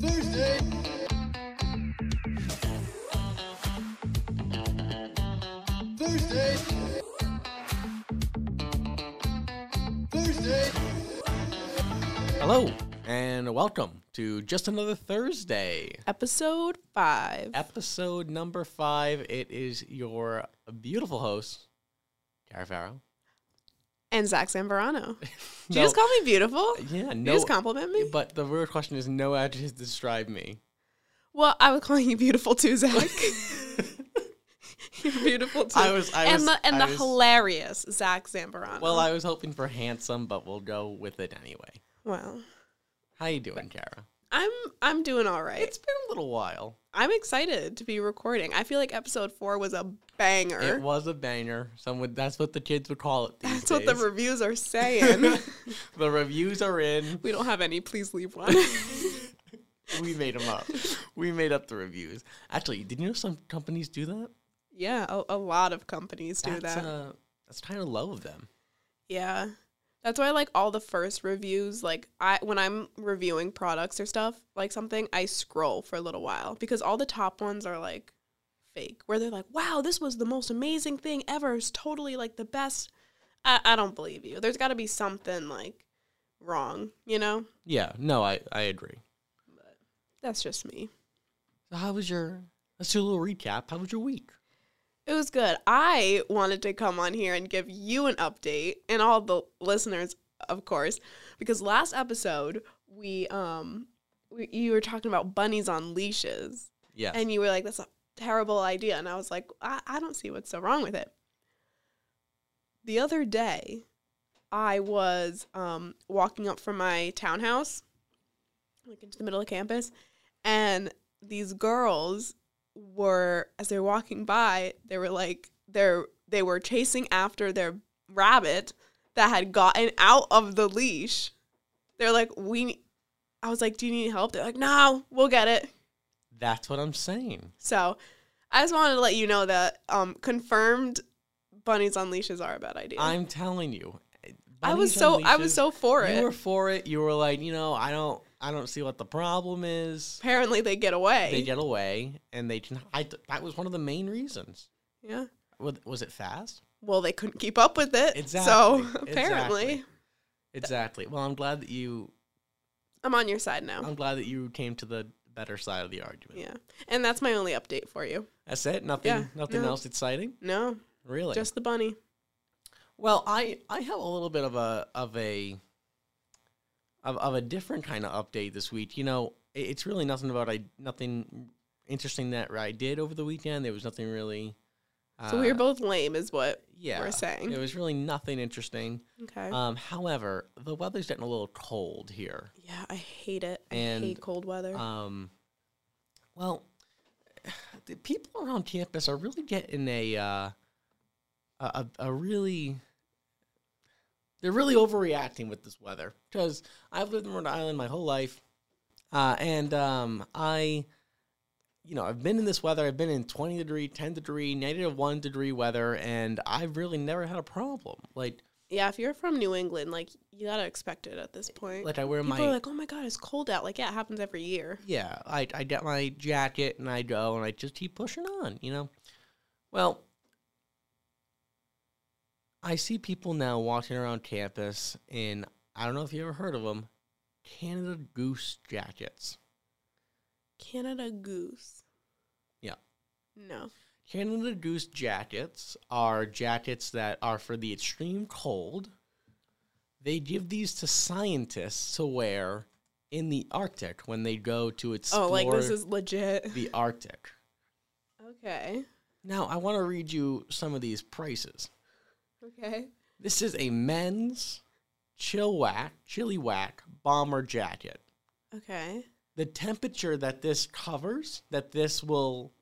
Thursday. Thursday. Thursday. Hello and welcome to just another Thursday, episode five. episode number five. It is your beautiful host, Cara Farrow. and Zach Zambrano. Did No, you just call me beautiful? Yeah, You no. just compliment me? But the real question is, no adjectives describe me. Well, I was calling you beautiful too, Zach. You're beautiful too. I was- I and was- the and I the was- hilarious Zach Zambrano. Well, I was hoping for handsome, but we'll go with it anyway. well, How you doing, Cara? I'm I'm doing all right. It's been a little while. I'm excited to be recording. I feel like episode four was a banger. It was a banger. Some would, that's what the kids would call it. These Er? That's what the days. reviews are saying. the reviews are in. we don't have any. Please leave one. We made them up. we made up the reviews. Actually, did you know some companies do that? yeah, a, a lot of companies do that's, that. Uh, that's kind of low of them. Yeah. That's why like all the first reviews, like I when I'm reviewing products or stuff, like something, I scroll for a little while because all the top ones are like fake where they're like, "Wow, this was the most amazing thing ever. It's totally like the best." I I don't believe you. There's got to be something like wrong, you know? Yeah, no, I, I agree. That's just me. So how was your? Let's do a little recap. How was your week? It was good. I wanted to come on here and give you an update and all the listeners, of course, because last episode we um we, you were talking about bunnies on leashes Yeah, and you were like that's a terrible idea and I was like I, I don't see what's so wrong with it. The other day I was um walking up from my townhouse like into the middle of campus and these girls were as they were walking by they were like they're they were chasing after their rabbit that had gotten out of the leash they're like we ne- i was like do you need help they're like no we'll get it that's what I'm saying. so i just wanted to let you know that um confirmed bunnies on leashes are a bad idea I'm telling you. I Bunnies was so on i was leashes, so for You it were for it. You were like, you know, I don't, I don't see what the problem is. apparently they get away They get away, and they can. I that was one of the main reasons. yeah Was, was it fast? well they couldn't keep up with it so Exactly, apparently exactly. Exactly. Well, I'm glad that you. i'm on your side now I'm glad that you came to the better side of the argument. Yeah. And that's my only update for you. That's it. Nothing. Yeah, nothing no. else exciting. No, Really. just the bunny. Well, I I have a little bit of a of a of, of a different kind of update this week. You know, i- it's really nothing about I nothing interesting that I did over the weekend. There was nothing really. Uh, So we were both lame, is what yeah. we're saying. There was really nothing interesting. Okay. Um, however, the weather's getting a little cold here. yeah, I hate it. I and, hate cold weather. Um, well, the people around campus are really getting a uh, a, a a really they're really overreacting with this weather because I've lived in Rhode Island my whole life, uh, and um, I. You know, I've been in this weather. I've been in 20 degree, 10 degree, negative 1 degree weather, and I've really never had a problem. Like, yeah, if you're from New England, like you gotta expect it at this point. like I wear People my are like, "Oh my god, it's cold out!" Like, yeah, it happens every year. yeah, I I get my jacket and I go and I just keep pushing on, you know. Well, I see people now walking around campus in I don't know if you ever heard of them, Canada Goose jackets. Canada goose. Yeah. No. Canada Goose jackets are jackets that are for the extreme cold. They give these to scientists to wear in the Arctic when they go to explore Oh, like this is legit. the Arctic. Okay. Now, I want to read you some of these prices. Okay. This is a men's chill whack, chili whack bomber jacket. Okay. The temperature that this covers, that this will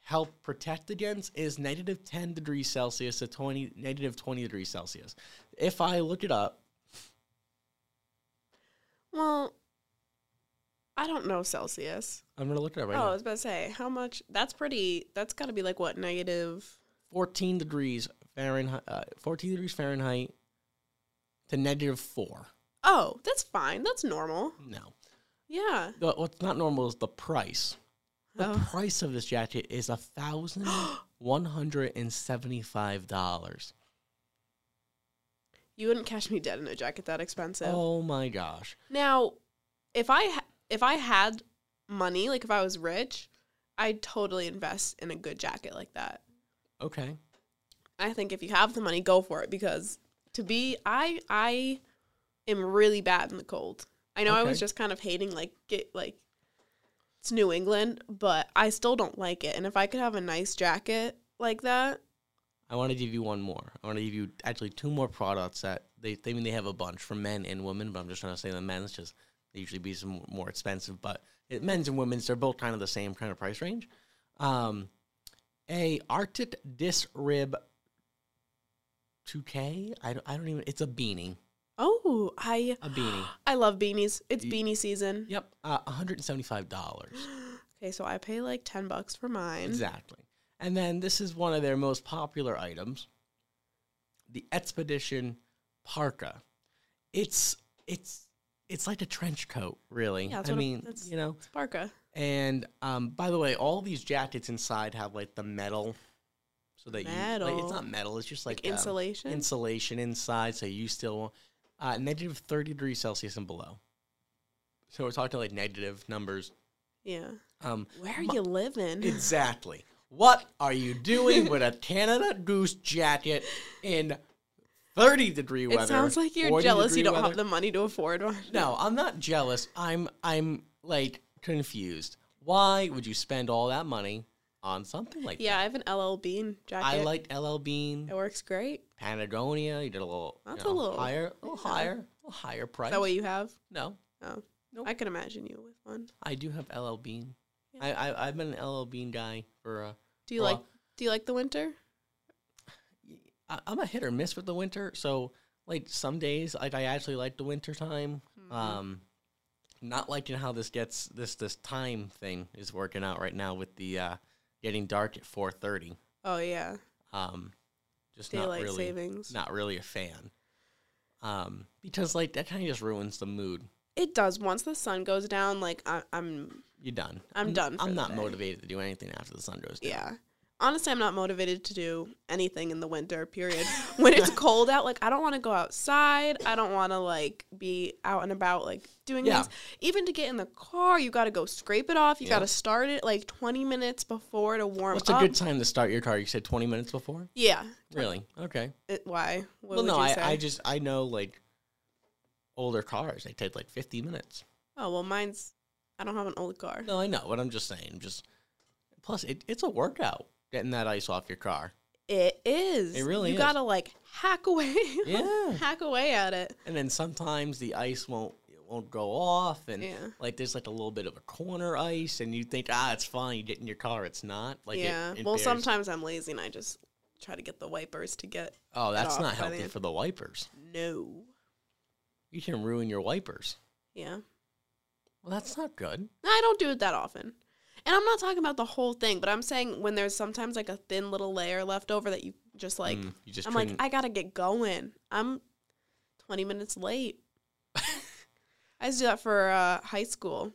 help protect against, is negative 10 degrees Celsius to 20, negative 20 degrees Celsius. If I look it up, Well, I don't know Celsius. I'm going to look it up right oh, I now. was about to say, how much? That's pretty. That's got to be like what negative. 14 degrees Fahrenheit, uh, 14 degrees Fahrenheit to negative four. Oh, that's fine. That's normal. No. Yeah. The- What's not normal is the price. The Oh. price of this jacket is a thousand one hundred and seventy-five dollars. You wouldn't catch me dead in a jacket that expensive. Oh my gosh! Now, if I ha- if I had money, like if I was rich, I'd totally invest in a good jacket like that. Okay, I think if you have the money, go for it because to be I I am really bad in the cold. I know I was Okay. just kind of hating like get like it's New England, but I still don't like it. And if I could have a nice jacket like that, I want to give you one more. I want to give you actually two more products that they. I mean, they have a bunch for men and women, but I'm just trying to say the men's just they usually be some more expensive. But it, men's and women's, they're both kind of the same kind of price range. Um, a Arctic Disc Rib 2K. I don't, I don't even. It's a beanie. oh, I A beanie. I love beanies. It's Ye- beanie season. Yep, uh, one hundred and seventy-five dollars. Okay, so I pay like 10 bucks for mine. Exactly. And then this is one of their most popular items, the Expedition parka. It's it's it's like a trench coat, really. Yeah, that's I what a- mean, that's- you know. It's parka. And um, by the way, all these jackets inside have like the metal, so that you like, Metal. it's not metal. It's just like, Like, um, insulation. insulation inside, so you still want uh, negative thirty degrees Celsius and below. So we're talking like negative numbers. yeah. Um, Where are you living? Exactly. What are you doing with a Canada Goose jacket in 30 degree weather? it sounds like you're 40 jealous you degree don't have weather? the money to afford one. No, I'm not jealous. I'm I'm like confused. Why would you spend all that money on something like Yeah, I have an LL Bean that? jacket. I liked LL Bean, It works great. Patagonia. You did a little, you That's know, a little- higher, a little yeah. higher, a little higher price. Is that what you have? no, Oh, Nope. I can imagine you with one. I do have LL Bean. Yeah. I, I I've been an LL Bean guy for uh, Do you Well- like? Do you like the winter? I- I'm a hit or miss with the winter. So like some days, like I actually like the winter time. Mm-hmm. Um, not liking how this gets this this time thing is working out right now with the uh, getting dark at 4:30. Oh yeah, Um, just daylight not really savings. not really a fan. Um, because like that kind of just ruins the mood. It does. Once the sun goes down, like I, I'm. You're done. I'm done for I'm the not day. motivated to do anything after the sun goes down. Yeah. Honestly, I'm not motivated to do anything in the winter. Period. when it's cold out, like I don't want to go outside. I don't want to like be out and about, like doing Yeah. things. Even to get in the car, you got to go scrape it off. You Yeah. got to start it like 20 minutes before to warm What's a up. good time to start your car? You said 20 minutes before. yeah. Really? Okay. It- why? What well, would no, you I, say? I just I know like older cars they take like fifty minutes. Oh well, mine's. I don't have an old car. No, I know what I'm just saying. Just plus, it, it's a workout getting that ice off your car. It is. It really You is. gotta like hack away. Yeah. hack away at it. And then sometimes the ice won't it won't go off, and Yeah. like there's like a little bit of a corner ice, and you think ah it's fine. You get in your car, it's not. Like it- yeah. it well, bears- sometimes I'm lazy and I just try to get the wipers to get oh that's off not by healthy then. for the wipers. no. You can ruin your wipers. Yeah. Well, that's not good. No, I don't do it that often. And I'm not talking about the whole thing, but I'm saying when there's sometimes like a thin little layer left over that you just like. Mm, you just I'm like, couldn't- I gotta get going. I'm 20 minutes late. I used to do that for uh, high school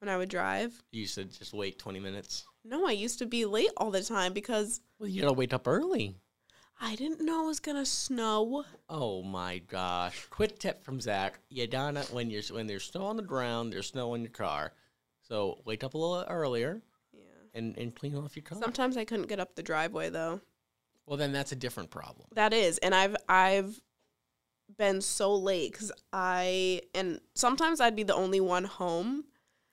when I would drive. you said just wait twenty minutes. No, I used to be late all the time because Well, you gotta wake up early. I didn't know it was gonna snow. Oh my gosh! Quick tip from Zach: You gotta when you're when there's snow on the ground, there's snow on your car, so wake up a little earlier Yeah. and and clean off your car. Sometimes I couldn't get up the driveway though. well, then that's a different problem. That is, and I've I've been so late because I and sometimes I'd be the only one home.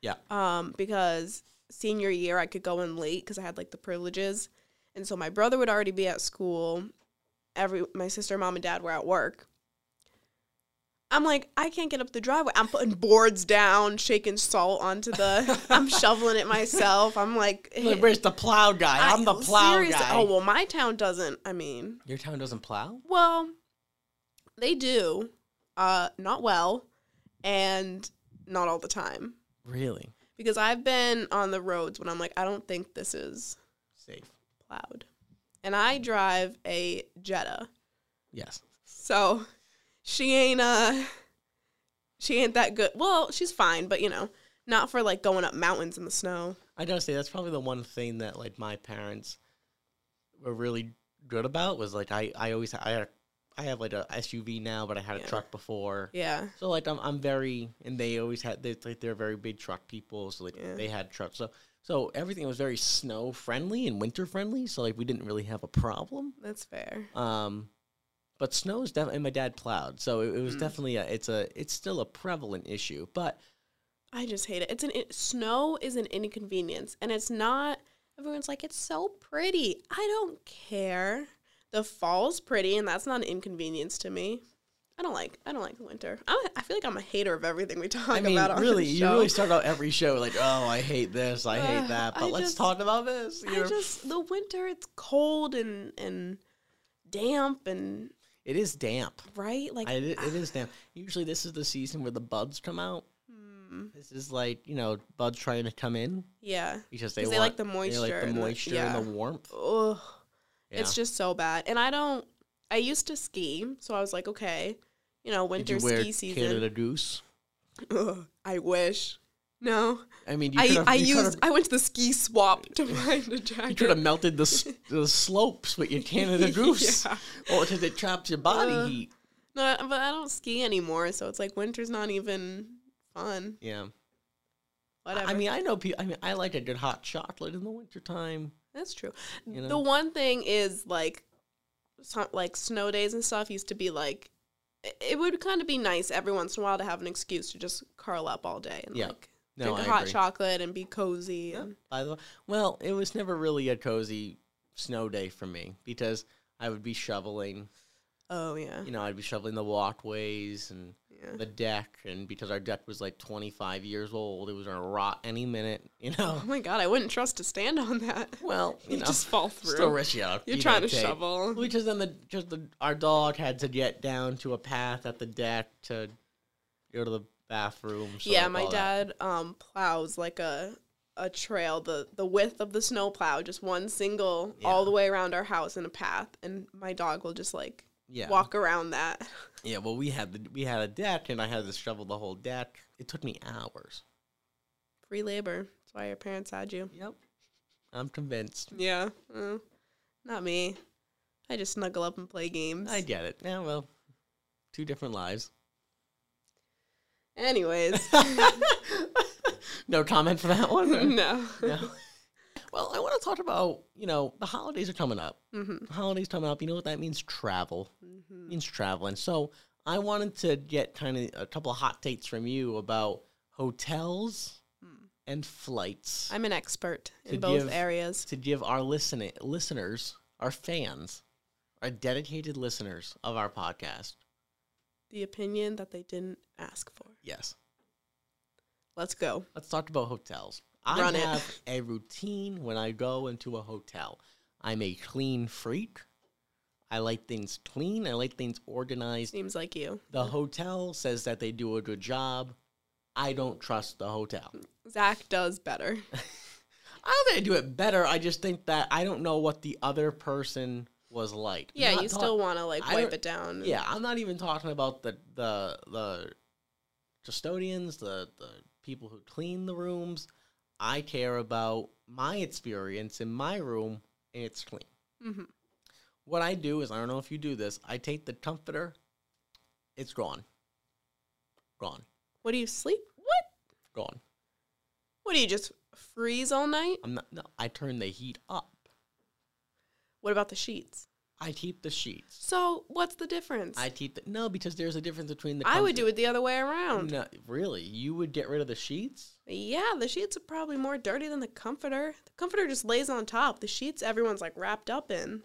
Yeah. Um, because senior year I could go in late because I had like the privileges, and so my brother would already be at school. Every my sister, mom, and dad were at work. I'm like, I can't get up the driveway. I'm putting boards down, shaking salt onto the. I'm shoveling it myself. I'm like, Look, Where's the plow guy? I, am the plow seriously- guy. Oh well, my town doesn't. I mean, your town doesn't plow? well, they do, uh, not well, and not all the time. Really? Because I've been on the roads when I'm like, I don't think this is Safe. plowed, and I drive a Jetta, Yes. so she ain't uh she ain't that good. Well, she's fine, but you know, not for like going up mountains in the snow. I gotta say that's probably the one thing that like my parents were really good about was like I I always I had a, I have like a SUV now, but I had a Yeah. truck before. Yeah. So like I'm I'm very and they always had they like they're very big truck people, so like Yeah. they had trucks. So so everything was very snow friendly and winter friendly. So like we didn't really have a problem. That's fair. Um, but snow is definitely and my dad plowed, so it, it was Mm. definitely a it's a it's still a prevalent issue. But I just hate it. It's an it, snow is an inconvenience, and it's not. Everyone's like, it's so pretty. I don't care. The fall's pretty, and that's not an inconvenience to me. I don't like. I don't like the winter. I'm, a- I feel like I'm a hater of everything we talk I mean, about. On really, this you show. really start out every show like, oh, I hate this, I Ugh, hate that, but I let's just- talk about this. You I know? just the winter. It's cold and and damp and it is damp. right. Like ah. I, it it is damp. Usually, this is the season where the buds come out. hmm, This is like you know buds trying to come in yeah. because they 'Cause want they like the they moisture like the and the- moisture and the warmth. Ugh. Yeah. It's just so bad. And I don't. I used to ski, so I was like, okay, you know, Did winter you wear ski season. Canada Goose? Ugh, I wish. No, I mean, you I could've- I you could've- used I went to the ski swap to find a You could have jacket. melted the, s- the slopes with your Canada Goose. Yeah. Oh, because it traps your body Uh, heat. No, but I don't ski anymore, so it's like winter's not even fun. Yeah. Whatever. I mean, I know people. I mean, I like a good hot chocolate in the wintertime. that's true. You know? The one thing is like, some, like snow days and stuff used to be like, it- it would kind of be nice every once in a while to have an excuse to just curl up all day and Yeah. like No, drink I a hot agree. chocolate and be cozy. Yeah, And, by the way, well, it was never really a cozy snow day for me because I would be shoveling. oh yeah, You know, I'd be shoveling the walkways and yeah. the deck, and because our deck was like 25 years old, it was gonna rot any minute. You Oh know. my god, I wouldn't trust to stand on that. Well, you You know, just fall through. still risk you. out, You're you trying know, to tape. shovel. Because then the just the our dog had to get down to a path at the deck to go to the bathroom. so, yeah, like, my all that. dad um plows like a a trail the the width of the snow plow, just one single all Yeah. the way around our house in a path, and my dog will just like Yeah. walk around that. Yeah, well, we had the we had a deck, and I had to shovel the whole deck. It took me hours. Free labor. That's why your parents had you. Yep, I'm convinced. Yeah. Mm. Not me. I just snuggle up and play games. I get it. Yeah, well, two different lives. Anyways, no comment for that one. no. no. Well, I want to talk about you know the holidays are coming up. hmm The holidays coming up. You know what that means? Travel It Mm-hmm. means traveling. So I wanted to get kind of a couple of hot takes from you about hotels and flights. I'm an expert in To both give- areas. to give our listen- listeners, our fans, our dedicated listeners of our podcast. The opinion that they didn't ask for. Yes. Let's go. Let's talk about hotels. Run I it. have a routine when I go into a hotel. I'm a clean freak. I like things clean. I like things organized. Seems like you. The hotel says that they do a good job. I don't trust the hotel. Zach does I better. don't think I do it better. I just think that I don't know what the other person was like. Yeah, Not you talk- still want to like I wipe don't- it down. and- Yeah, I'm not even talking about the the the custodians, the the people who clean the rooms. I care about my experience in my room and it's clean. Mhm. What I do is I don't know if you do this. I take the comforter. It's gone. Gone. What do you sleep? What? Gone. What do you just freeze all night? I'm not. No, I turn the heat up. What about the sheets? I keep the sheets. So what's the difference? I I, keep the no because there's a difference between the. would do comfort- it the other way around. No, really, you would get rid of the sheets. Yeah, the sheets are probably more dirty than the comforter. The comforter just lays on top. The sheets everyone's like wrapped up in.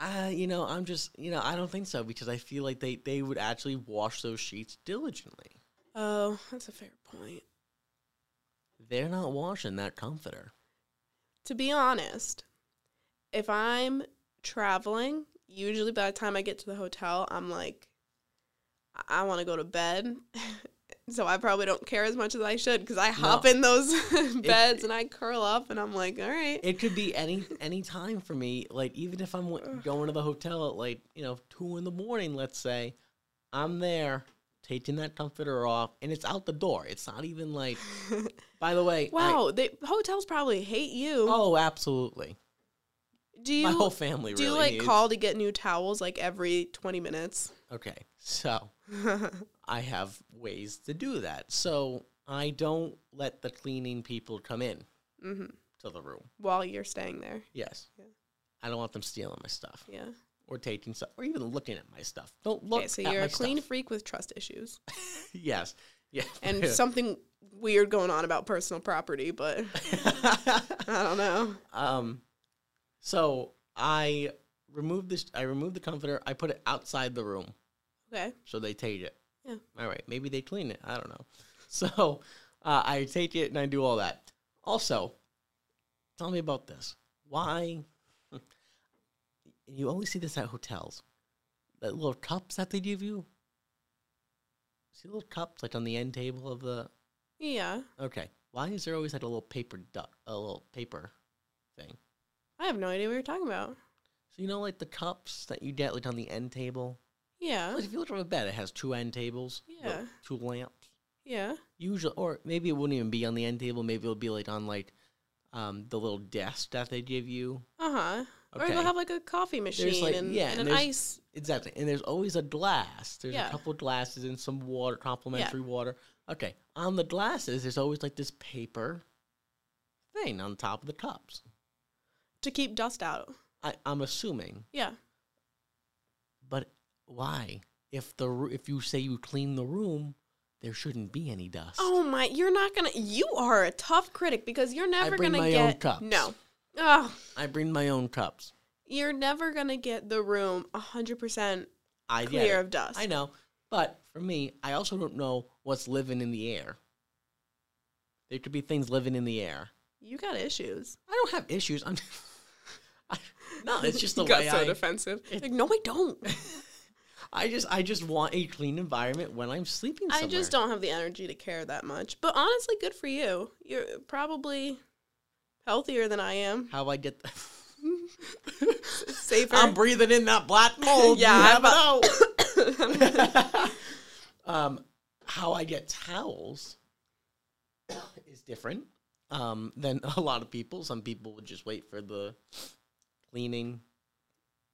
Uh, you know, I'm just, you know, I don't think so because I feel like they they would actually wash those sheets diligently. Oh, that's a fair point. They're not washing that comforter. To be honest, if I'm traveling, usually by the time I get to the hotel, I'm like, I, I want to go to bed. so I probably don't care as much as I should because I hop in those beds and I curl up and I'm like, all right. It could be any any time for me. Like even if I'm w- going to the hotel at like you know two in the morning, let's say, I'm there taking that comforter off, and it's out the door. It's not even like. By the way, I- Wow, they, hotels probably hate you. oh, absolutely. do you My whole family. do you really like needs- call to get new towels like every twenty minutes? Mm-hmm. Okay, so I have ways to do that. So I don't let the cleaning people come in hmm to the room. While you're staying there, Yes. Yeah. I don't want them stealing my stuff yeah. or taking stuff or even looking at my stuff. Don't look Okay, so at you're my a clean stuff. freak with trust issues yes. Yeah. and something weird going on about personal property, but I don't know. um so I removed this I removed the comforter. I put it outside the room. Okay, So they take it. Yeah. All right. Maybe they clean it. I don't know. So uh, I take it and I do all that. Also, tell me about this. Why? You always see this at hotels. That little cups that they give you. See little cups like on the end table of the. yeah. Okay. Why is there always like a little paper duck, a little paper thing? I have no idea what you're talking about. So you know, like the cups that you get like on the end table. Yeah, Like, if you look from a bed, it has two end tables. the Yeah. Two lamps. yeah. usually or maybe it wouldn't even be on the end table maybe it'll be like on like um the little desk that they give you Uh huh. Or Okay. they'll have like a coffee machine like- and, yeah, and and an there's- ice. exactly and there's always a glass there's Yeah. a couple glasses and some water complimentary water okay on the glasses there's always like this paper thing on top of the cups to keep dust out. I, i'm assuming Yeah. but why if the ru- if you say you clean the room there shouldn't be any dust Oh my, you're not gonna. You are a tough critic because you're never bring gonna my get own cups. no. Oh, i bring my own cups you're never gonna get the room hundred percent i get clear it. of dust. I know, but for me, I also don't know what's living in the air. There could be things living in the air. You got issues. I don't have issues. I'm I, no, it's just the You got way so I, defensive. like no, I don't. I just I just want a clean environment when I'm sleeping. I Somewhere. just don't have the energy to care that much. But honestly, good for you. You're probably healthier than I am. how I get. The, Safer. I'm breathing in that black mold. Yeah, you I'm have it out. um, how I get towels is different um, than a lot of people. Some people would just wait for the cleaning,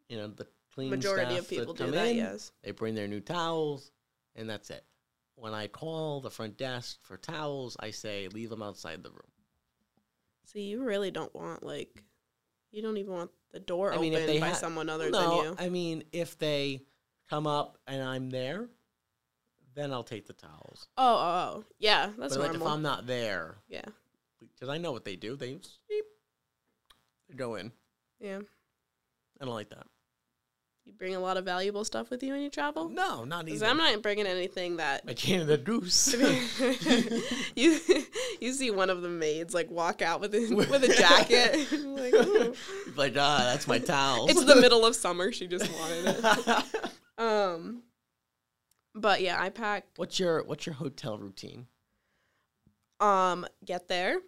you know, the cleaning Majority staff of people to do come that. in. Yes. They bring their new towels, and that's it. When I call the front desk for towels, I say leave them outside the room. See, you really don't want like, you don't even want the door I mean, if opened they by ha- someone other no, than you. I mean, if they come up and I'm there, then I'll take the towels. Oh, oh, oh. yeah, that's but like normal. if I'm not there, yeah, because I know what they do, they beep, they go in. yeah. I don't like that. You bring a lot of valuable stuff with you when you travel. No, not 'Cause either. I'm not bringing anything that. a Canada goose. you you see one of the maids like walk out with a, with a jacket. I'm like, "Ooh." like ah, that's my towels. it's the middle of summer. She just wanted it. Um, but yeah, I pack. what's your what's your hotel routine? Um, get there,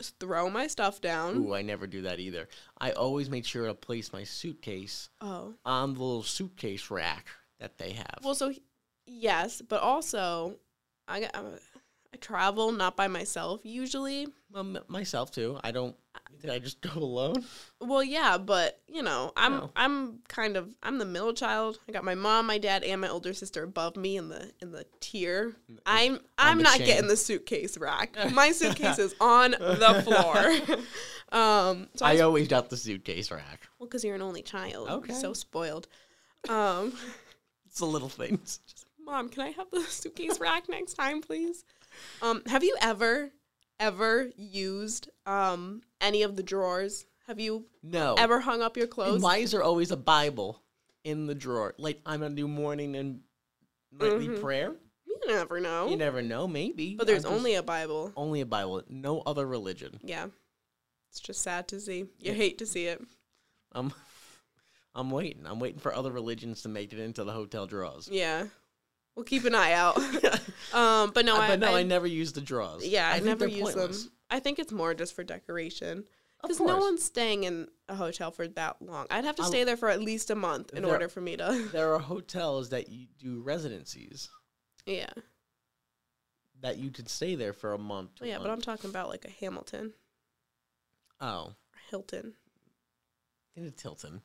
s- throw my stuff down. Ooh, I never do that either. I always make sure to place my suitcase Oh, on the little suitcase rack that they have. Well, so he- yes, but also I got- I'm a- I travel not by myself usually. um, myself too. I don't. Did I just go alone? Well, yeah, but you know, I'm No. I'm kind of I'm the middle child. I got my mom, my dad, and my older sister above me in the in the tier. I'm I'm the not chain. getting the suitcase rack. My suitcase is on the floor. um, so I, I was- always got the suitcase rack. well, because you're an only child, Okay. okay. so spoiled. Um, It's the little things. Mom, can I have the suitcase rack next time, please? Um, have you ever, ever used um any of the drawers? Have you No. ever hung up your And clothes? why is there always a Bible in the drawer? Like I'm gonna do morning and nightly prayer. you never know. You never know, maybe. Mm-hmm. Oh. but there's I'm just- only a Bible. only a Bible, no other religion. Yeah, it's just sad to see. You hate to see it. I'm, I'm waiting. I'm waiting for other religions to make it into the hotel drawers. Yeah, we'll keep an eye out. um, but no, I, Uh, but no, I, I- never use the drawers. yeah, I, think never they're use pointless. them. I think it's more just for decoration. Of Because course. no one's staying in a hotel for that long. I'd have to I'll- stay there for at least a month in There- order for me to. there are hotels that you do residencies yeah. that you could stay there for a month. two Well, Oh, yeah, but I'm months. talking about like a Hamilton oh, or Hilton. in a Tilton.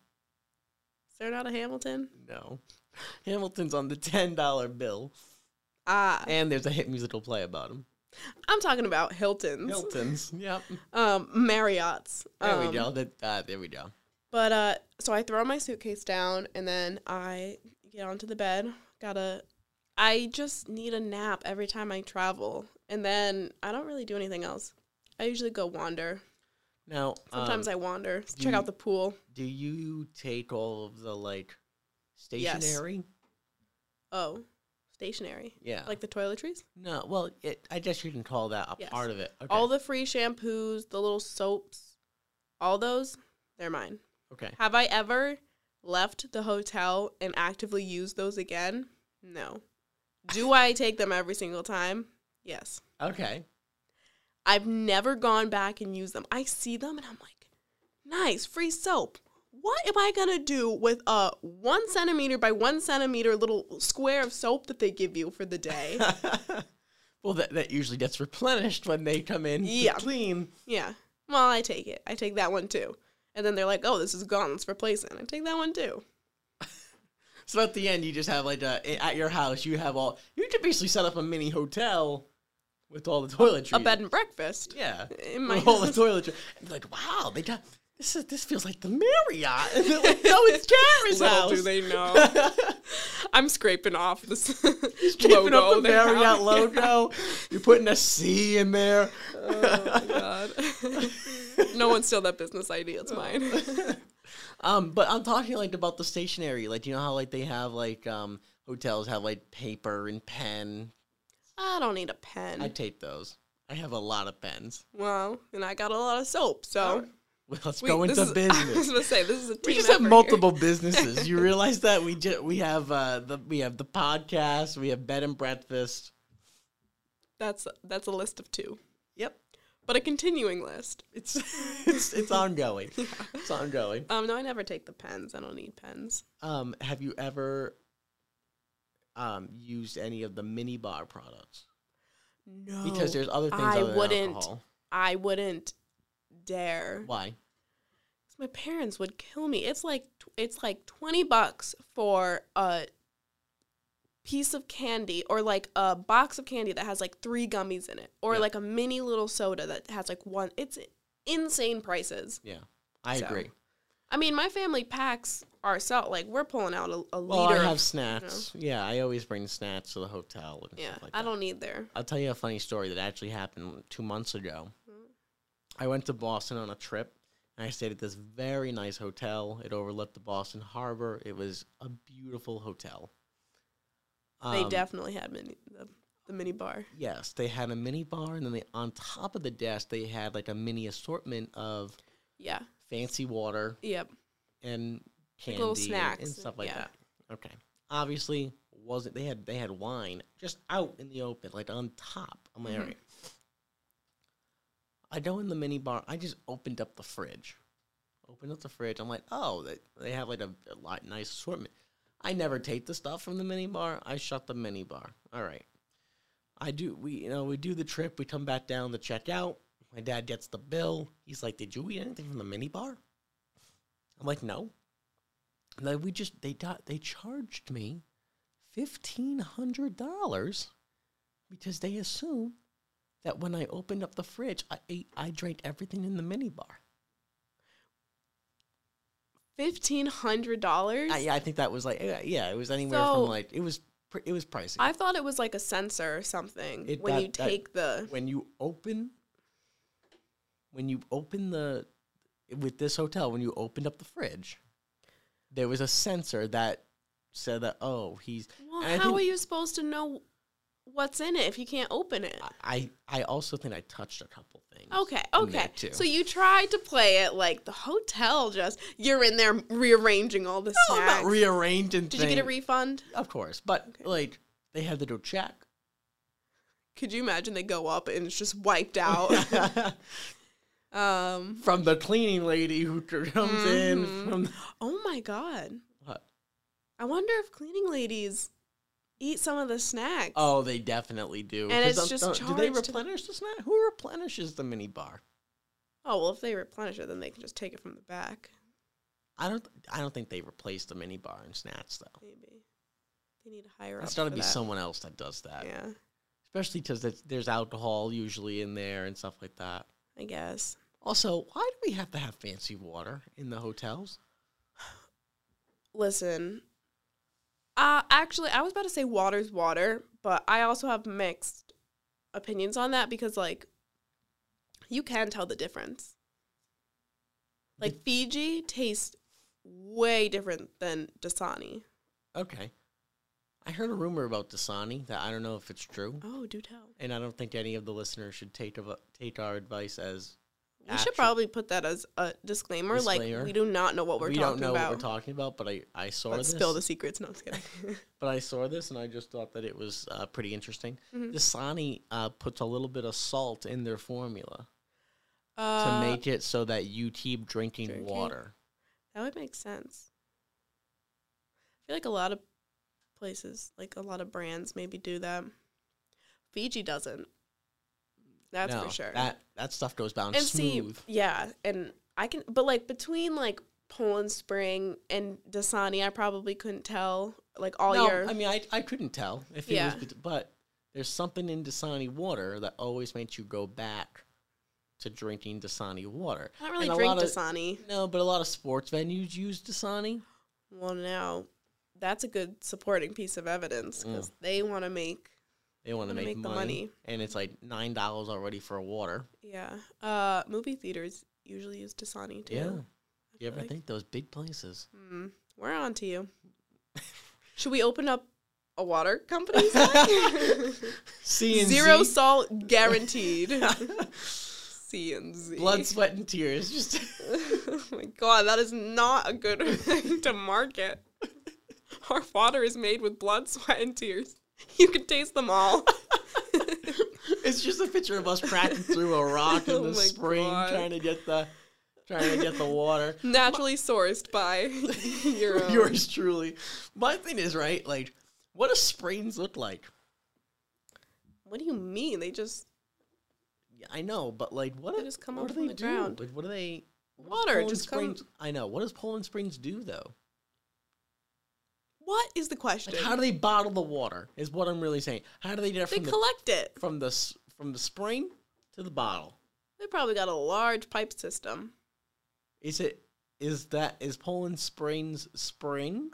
Is there not a Hamilton? No, Hamilton's on the ten dollar bill, Ah, and there's a hit musical play about him. I'm talking about Hiltons. Hilton's. Yep. Um, Marriott's. There Um, we go. That, uh, there we go. But uh, so I throw my suitcase down and then I get onto the bed. Gotta, I just need a nap every time I travel, and then I don't really do anything else. I usually go wander. Now, Sometimes I wander, do check Um, you- out the pool. do you take all of the like Yes. stationery? Oh, stationary, Yeah. like the toiletries, no. Well, it, I guess you can call that a Yes. part of it. Okay. all the free shampoos, the little soaps, all those, they're mine. okay. Have I ever left the hotel and actively used those again? No. Do I take them every single time? Yes. Okay. I've never gone back and used them. I see them and I'm like, nice, free soap. What am I gonna do with a one centimeter by one centimeter little square of soap that they give you for the day? well, that that usually gets replenished when they come in to Yeah. clean. yeah. Well, I take it. I take that one too. And then they're like, oh, this is gone. Let's replace it. I take that one too. So at the end, you just have like a, at your house, you have all you could basically set up a mini hotel with all the toiletries, A bed and breakfast. yeah, in my with all the house. toiletries. And like, wow, they got this. Is, this feels like the Marriott. And they're like, no, it's Karen's Little house. do they know. I'm scraping off this Taping logo up the they have. Marriott logo. You're putting a C in there. God. Oh no one stole that business idea. It's mine. Um, but I'm talking like about the stationery. Like you know how like they have like um hotels have like paper and pen. I don't need a pen. I take those. I have a lot of pens. well, and I got a lot of soap, so Well, let's we- go this into is- I was business. gonna say this is a team We just effort have here. multiple businesses. You realize that we just we have uh the we have the podcast, we have bed and breakfast. That's that's a list of two, Yep, but a continuing list. it's it's it's ongoing. It's ongoing. Um, no, I never take the pens. I don't need pens. Um, have you ever um used any of the mini bar products? No, Because there's other things Oh, I other than wouldn't. alcohol. I wouldn't dare. Why? 'Cause My parents would kill me. It's like tw- it's like twenty bucks for a piece of candy or like a box of candy that has like three gummies in it, or Yeah. like a mini little soda that has like one. It's insane prices. Yeah, I So, agree. I mean, my family packs ourselves. Like we're pulling out a, a Well, liter. I have of, snacks. Yeah, I always bring snacks to the hotel and yeah, stuff like I that. don't need there. I'll tell you a funny story that actually happened two months ago. I went to Boston on a trip, and I stayed at this very nice hotel. It overlooked the Boston Harbor. It was a beautiful hotel. they Um, definitely had mini the, the mini bar. Yes, they had a mini bar, and then they on top of the desk they had like a mini assortment of Yeah. fancy water Yep. and candy little and- snacks, and stuff like yeah. that. Okay, obviously wasn't they had they had wine just out in the open, like on top. I'm like, Mhm. all right. I go in the mini bar. I just opened up the fridge. Opened up the fridge. I'm like, oh, they, they have like a, a lot nice assortment. I never take the stuff from the mini bar. I shut the mini bar. All right. I do. We you know we do the trip. We come back down to check out. My dad gets the bill. He's like, "Did you eat anything from the mini bar?" I'm like, "No." And then we just they got they charged me fifteen hundred dollars because they assumed that when I opened up the fridge, I ate, I drank everything in the mini bar. Fifteen hundred dollars. I, yeah, I think that was like yeah, yeah, it was anywhere from So- like it was pr- it was pricey. I thought it was like a sensor or something It- when that- you that- take the. when you open when you open the with this hotel when you opened up the fridge there was a sensor that said that oh he's Well, and I how think- are you supposed to know what's in it if you can't open it? I I also think I touched a couple things Okay, in there, okay. too. So you tried to play it like the hotel just you're in there rearranging all the I'm snacks. not rearranging Did you get a thing- refund? of course but like they had to do check Oh. Could you imagine they go up and it's just wiped out? but Um, from the cleaning lady who comes in Mhm. from the, oh my god. what? I wonder if cleaning ladies eat some of the snacks. Oh, they definitely do. And 'Cause it's just don't- do they charged to the- replenish the snack? Who replenishes the mini bar? Oh, well, if they replenish it, then they can just take it from the back. I don't. I don't think they replace the mini bar and snacks though. Maybe they need to hire up. It's got to for be that. someone else that does that, Yeah, especially because there's alcohol usually in there and stuff like that. I guess. Also, why do we have to have fancy water in the hotels? Listen, uh, actually, I was about to say water's water, but I also have mixed opinions on that because, like, you can tell the difference. Like Fiji tastes way different than Dasani. Okay, I heard a rumor about Dasani that I don't know if it's true, Oh, do tell. and I don't think any of the listeners should take of, take our advice as We should Actu- probably put that as a disclaimer. Disclaimer. Like, we do not know what we're we don't talking know about. what we're talking about. But I I saw Let's this. spill the secrets. No, I'm just kidding. but I saw this and I just thought that it was uh, pretty interesting. Mm-hmm. Dasani uh, puts a little bit of salt in their formula uh, to make it so that you keep drinking, drinking. water. That would make sense. I feel like a lot of places, like a lot of brands, maybe do that. Fiji doesn't. That's No, for sure. That that stuff goes down and smooth. see, yeah, and I can, but like between like Poland Spring and Dasani, I probably couldn't tell like all no, year. I mean I I couldn't tell if it Yeah. was, bet- but there's something in Dasani water that always makes you go back to drinking Dasani water. I don't really And a drink lot of- Dasani. No, but a lot of sports venues use Dasani. Well, now that's a good supporting piece of evidence Mm. because they want to make They want to Wanna make, make the money, money. and it's like nine dollars already for a water. Yeah. Uh, movie theaters usually use Dasani too. Yeah. Do you ever like- think those big places? Mm, we're on to you. Should we open up a water company? Zach? C and Zero Z, salt guaranteed. C and Z. blood, sweat, and tears. Just oh my god, that is not a good thing to market. Our water is made with blood, sweat, and tears. You can taste them all. it's just a picture of us cracking through a rock in Oh the my spring, God. trying to get the trying to get the water. Naturally sourced by your own. Yours truly. My thing is right. Like, what do sprains look like? What do you mean? They just Yeah, I know, but like, what? They do- just come what up do from they the do? ground. Like, what do they? what does Water, it Poland just come- springs. I know. What does Poland Springs do though? What is the question? Like, how do they bottle the water? Is what I'm really saying. How do they get it they from the collect it. from the s- from the spring to the bottle? They probably got a large pipe system. Is it is that is Poland Springs spring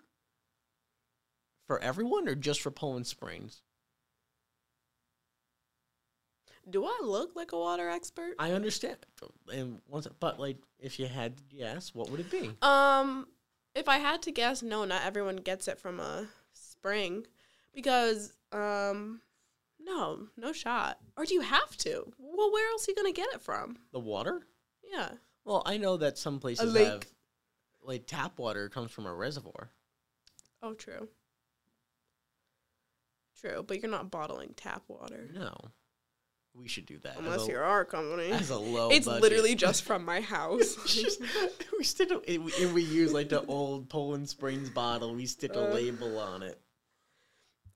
for everyone or just for Poland Springs? Do I look like a water expert? I understand, and once, but like if you had to guess, what would it be? Um, if I had to guess, no, not everyone gets it from a spring, because um, no, no shot. Or do you have to? Well, where else are you gonna get it from? The water? Yeah, Well, I know that some places lake. have like tap water comes from a reservoir. Oh, true. True, but you're not bottling tap water No, we should do that as unless a- you're our company. as a low. It's budget. literally just from my house. Just- we stick a, and we- and we use like the old Poland Springs bottle. We stick a Uh. label on it.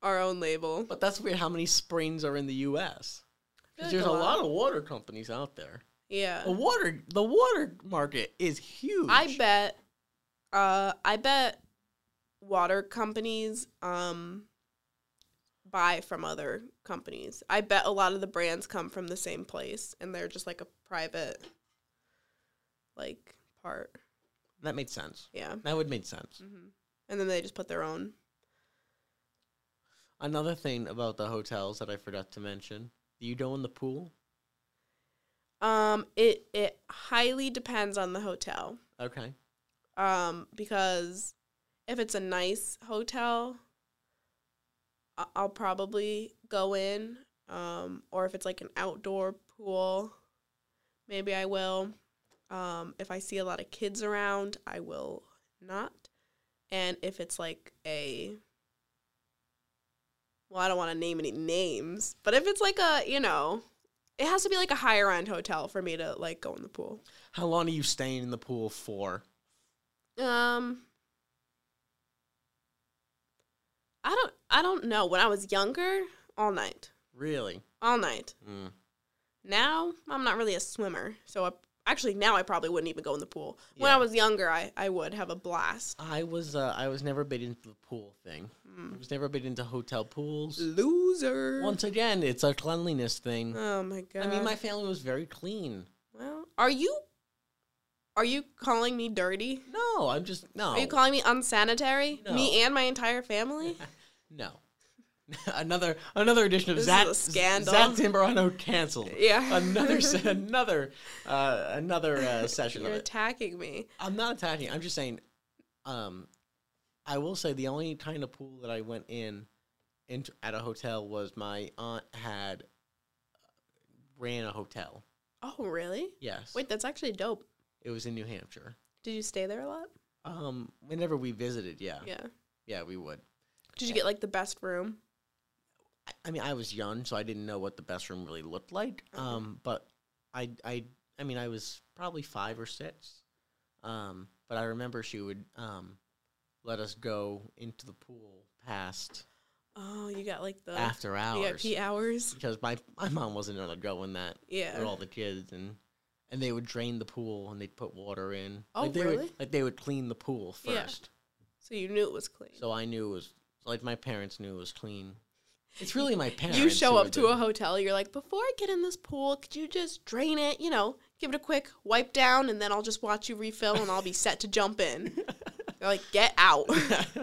our own label. But that's weird. How many springs are in the U.S.? I feel like Because there's a lot. of water companies out there. Yeah. The water, the water market is huge. I bet uh I bet water companies um buy from other companies. I bet a lot of the brands come from the same place and they're just like a private like part. that made sense. Yeah. That would make sense. And then they just put their own. Another thing about the hotels that I forgot to mention: you go in the pool. Um it it highly depends on the hotel. Okay. um, because if it's a nice hotel, I- I'll probably go in. Um, or if it's like an outdoor pool, maybe I will. Um, if I see a lot of kids around, I will not. And if it's like a, well, I don't want to name any names, but if it's like a, you know, It has to be like a higher end hotel for me to like go in the pool. How long are you staying in the pool for? Um, I don't. I don't know. When I was younger, all night, Really? all night. Mm. Now I'm not really a swimmer, so I, actually now I probably wouldn't even go in the pool. When I Yeah. was younger, I I would have a blast. I was uh, I was never big into the pool thing. I Mm. was never big into hotel pools. Loser. Once again, it's a cleanliness thing. Oh my I god. mean, my family was very clean. well, are you are you calling me dirty? No, I'm just no. Are you calling me unsanitary? No. Me and my entire family? No. another another edition of This is Zach a scandal. Zach Timberano canceled. Yeah. another se- another uh, another uh, session You're of it. attacking me. I'm not attacking. I'm just saying. Um, I will say the only kind of pool that I went in, in at a hotel was my aunt had uh, ran a hotel. Oh, really? Yes, Wait, that's actually dope. it was in New Hampshire. Did you stay there a lot? Um, whenever we visited, yeah, yeah, Yeah. we would. Did you get like the best room? I, I mean, I was young, so I didn't know what the best room really looked like. Okay. Um, but I, I, I mean, I was probably five or six. Um, but I remember she would um, let us go into the pool past Oh, you got like the after hours VIP hours. because my my mom wasn't gonna go in that with Yeah. all the kids and and they would drain the pool and they'd put water in. Oh, like they really? Would, like they would clean the pool Yeah. first, So you knew it was clean. so I knew it was like my parents knew it was clean. It's really my parents. you show who up are to the- a hotel, you're like, before I get in this pool, could you just drain it? You know, give it a quick wipe down, and then I'll just watch you refill, and I'll be set to jump in. They're like, get out. like,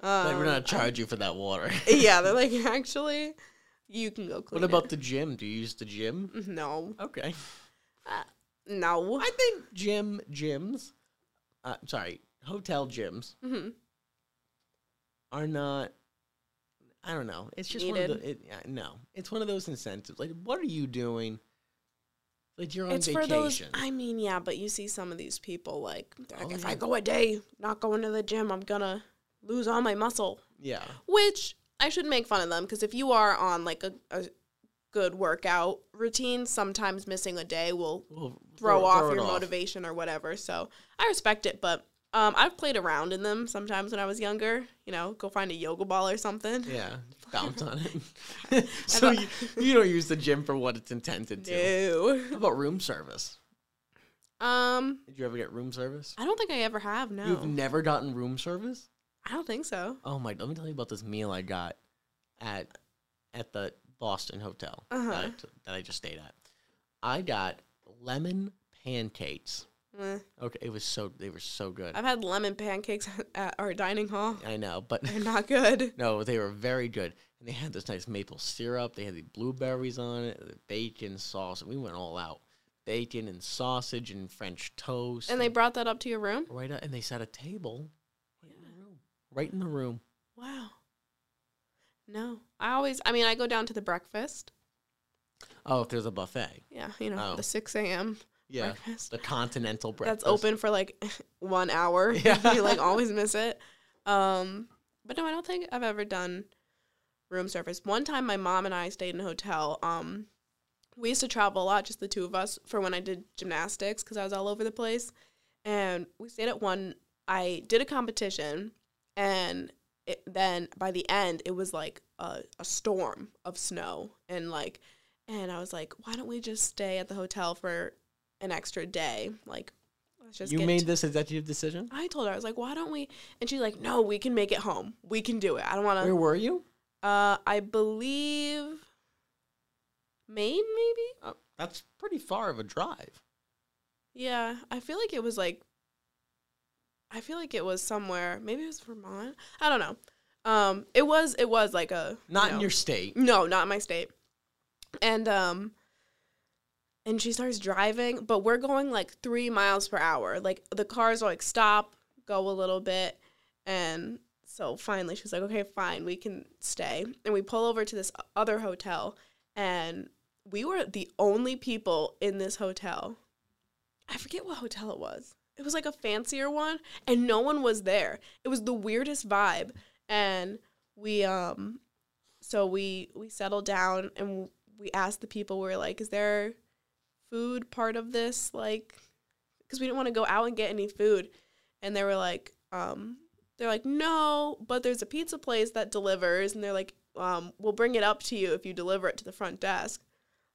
Um, we're gonna charge you for that water. yeah, they're like, actually, you can go clean. what it." about the gym? Do you use the gym? no, Okay. no? I think gym gyms, uh, sorry, hotel gyms hmm are not. I don't know. It's just one of Needed. the. It, uh, no, it's one of those incentives. Like, what are you doing? Like you're on It's for vacation. those. I mean, yeah, but you see some of these people like, they're like Oh, if yeah. I go a day not going to the gym, I'm gonna lose all my muscle. yeah. Which I should make fun of them because if you are on like a, a good workout routine, sometimes missing a day will Well, throw, off it your motivation or whatever. So I respect it, but um, I've played around in them sometimes when I was younger. You know, go find a yoga ball or something. Yeah, bounce on it. so you, you don't use the gym for what it's intended to. How No. about room service? Um, Did you ever get room service? I don't think I ever have. No, You've never gotten room service? I don't think so. Oh my! Let me tell you about this meal I got at at the Boston hotel that, I Uh-huh. t- that I just stayed at. I got lemon pancakes. Eh. Okay, it was so they were so good. I've had lemon pancakes at our dining hall. I know, but They're not good. no, they were very good, and they had this nice maple syrup. They had the blueberries on it, the bacon sauce, and we went all out. Bacon and sausage and French toast. And they brought that up to your room. right up, and they set a table right in the room. Right in the room. Wow. No, I always. I mean, I go down to the breakfast. Oh, if there's a buffet. Yeah, you know, Oh. the 6 a.m. Yeah. breakfast. The continental breakfast. That's open for like one hour. Yeah. you like always miss it. Um, but no, I don't think I've ever done room service. One time my mom and I stayed in a hotel. Um, we used to travel a lot, just the two of us, for when I did gymnastics because I was all over the place. And we stayed at one. I did a competition, and it, then by the end, it was like a, a storm of snow and like. And I was like, why don't we just stay at the hotel for an extra day? Like, let's just you get made to- this executive decision? I told her, I was like, why don't we? And she's like, no, we can make it home. We can do it. I don't want Where were you? to. Uh, I believe Maine, maybe? Oh, that's pretty far of a drive. Yeah. I feel like it was like, I feel like it was somewhere. Maybe it was Vermont. I don't know. Um, it was, it was like a. you Not in know, your state. No, Mm. not in my state. And, um, and she starts driving, but we're going like three miles per hour. Like the cars will like stop, go a little bit, and so finally she's like, "Okay, fine, we can stay." And we pull over to this other hotel, and we were the only people in this hotel. I forget what hotel it was. It was like a fancier one, and no one was there. It was the weirdest vibe, and we um, so we we settled down and we asked the people, we were like, is there food part of this? Like, because we didn't want to go out and get any food. And they were like, um, they're like, no, but there's a pizza place that delivers. And they're like, um, we'll bring it up to you if you deliver it to the front desk.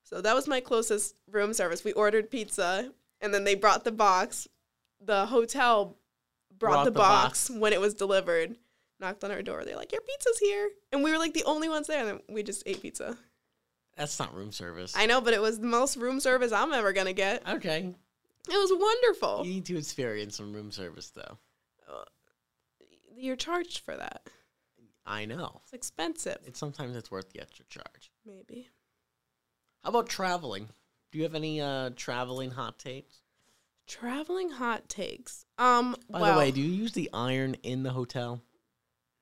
So that was my closest room service. We ordered pizza and then they brought the box. The hotel brought, the, box, when it was delivered. Knocked on our door. They're like, "Your pizza's here," and we were like the only ones there. And then we just ate pizza. That's not room service. I know, but it was the most room service I'm ever gonna get. okay. It was wonderful. You need to experience some room service, though. You're charged for that. I know. It's expensive. It's sometimes it's worth the extra charge. Maybe. How about traveling? Do you have any uh, traveling hot takes? Traveling hot takes. Um. By well, the way, do you use the iron in the hotel?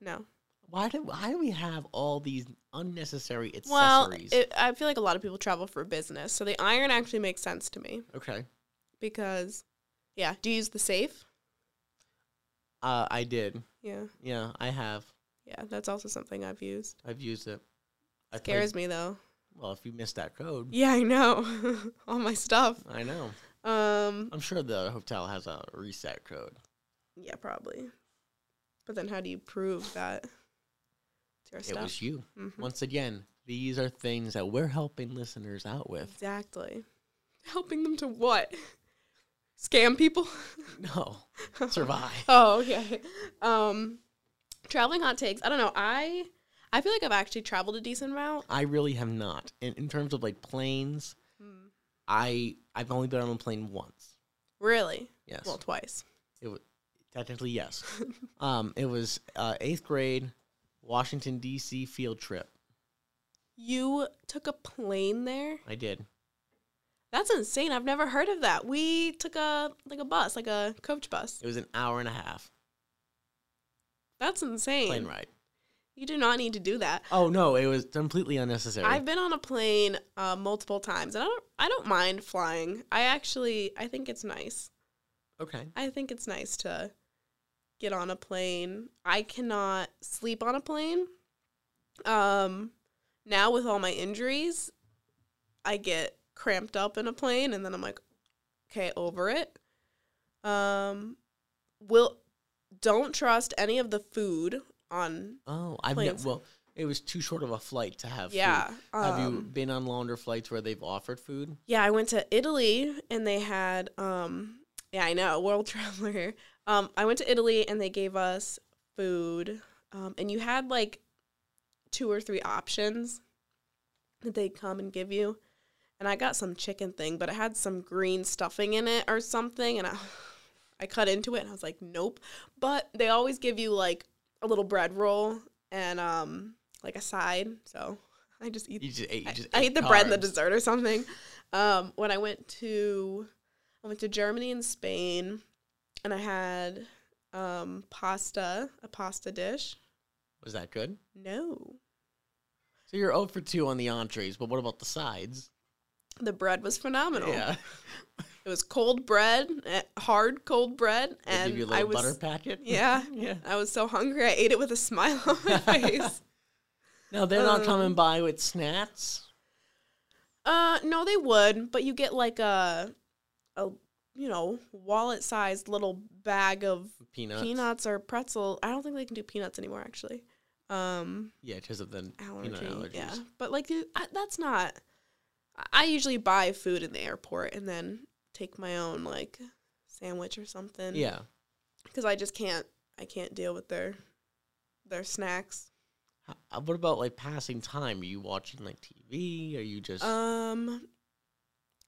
no. Why do why do we have all these unnecessary accessories? Well, it, I feel like a lot of people travel for business, so the iron actually makes sense to me okay. because, yeah. Do you use the safe? Uh, I did. Yeah. Yeah, I have. Yeah. That's also something I've used. I've used it. I tell you- Scares me though. well, if you missed that code, Yeah, I know. All my stuff. I know. Um I'm sure the hotel has a reset code. yeah, probably. But then how do you prove that it's your It stuff? was you. Mhm. Once again, these are things that we're helping listeners out with. Exactly. Helping them to what? Scam people? No, survive. oh, okay. Um traveling hot takes. I don't know. I I feel like I've actually traveled a decent amount. I really have not. In, in terms of like planes, Hmm. I I've only been on a plane once. Really? Yes, Well, twice. it was technically yes. um, it was uh, eighth grade, Washington D.C. field trip. You took a plane there? I did. That's insane. I've never heard of that. We took a like a bus, like a coach bus. It was an hour and a half That's insane. plane ride. You do not need to do that. Oh no, it was completely unnecessary. I've been on a plane uh, multiple times, and I don't I don't mind flying. I actually I think it's nice. okay. I think it's nice to get on a plane. I cannot sleep on a plane. Um, now with all my injuries, I get cramped up in a plane, and then I'm like, okay, over it. Um, will don't trust any of the food on. Oh, I've ne- Planes. well, it was too short of a flight to have. food. Yeah, Have you um, been on longer flights where they've offered food? Yeah, I went to Italy and they had um yeah, I know, world traveler here. Um I went to Italy and they gave us food. Um and you had like two or three options that they'd come and give you. And I got some chicken thing, but it had some green stuffing in it or something and I I cut into it and I was like, "Nope." But they always give you like a little bread roll and um like a side, so I just eat You just ate. You I, just I ate the bread and the carbs. dessert or something. Um, when I went to I went to Germany and Spain, and I had um, pasta, a pasta dish. Was that good? No, So you're 0 for 2 on the entrees, but what about the sides? the bread was phenomenal. Yeah. It was cold bread, eh, hard cold bread, They and give you a I little was butter packet? yeah. yeah. I was so hungry. I ate it with a smile on my face. Now they're not coming Um, by with snacks. Uh, no, they would, but you get like a a you know wallet sized little bag of Peanuts. peanuts or pretzel. I don't think they can do peanuts anymore, actually. Um, Yeah, because of the allergy, peanut allergies. yeah. But like, you- I, that's not. I- I usually buy food in the airport and then take my own like sandwich or something. Yeah. because I just can't. I can't deal with their their snacks. H- uh, What about like passing time? Are you watching like TV? Are you just Um,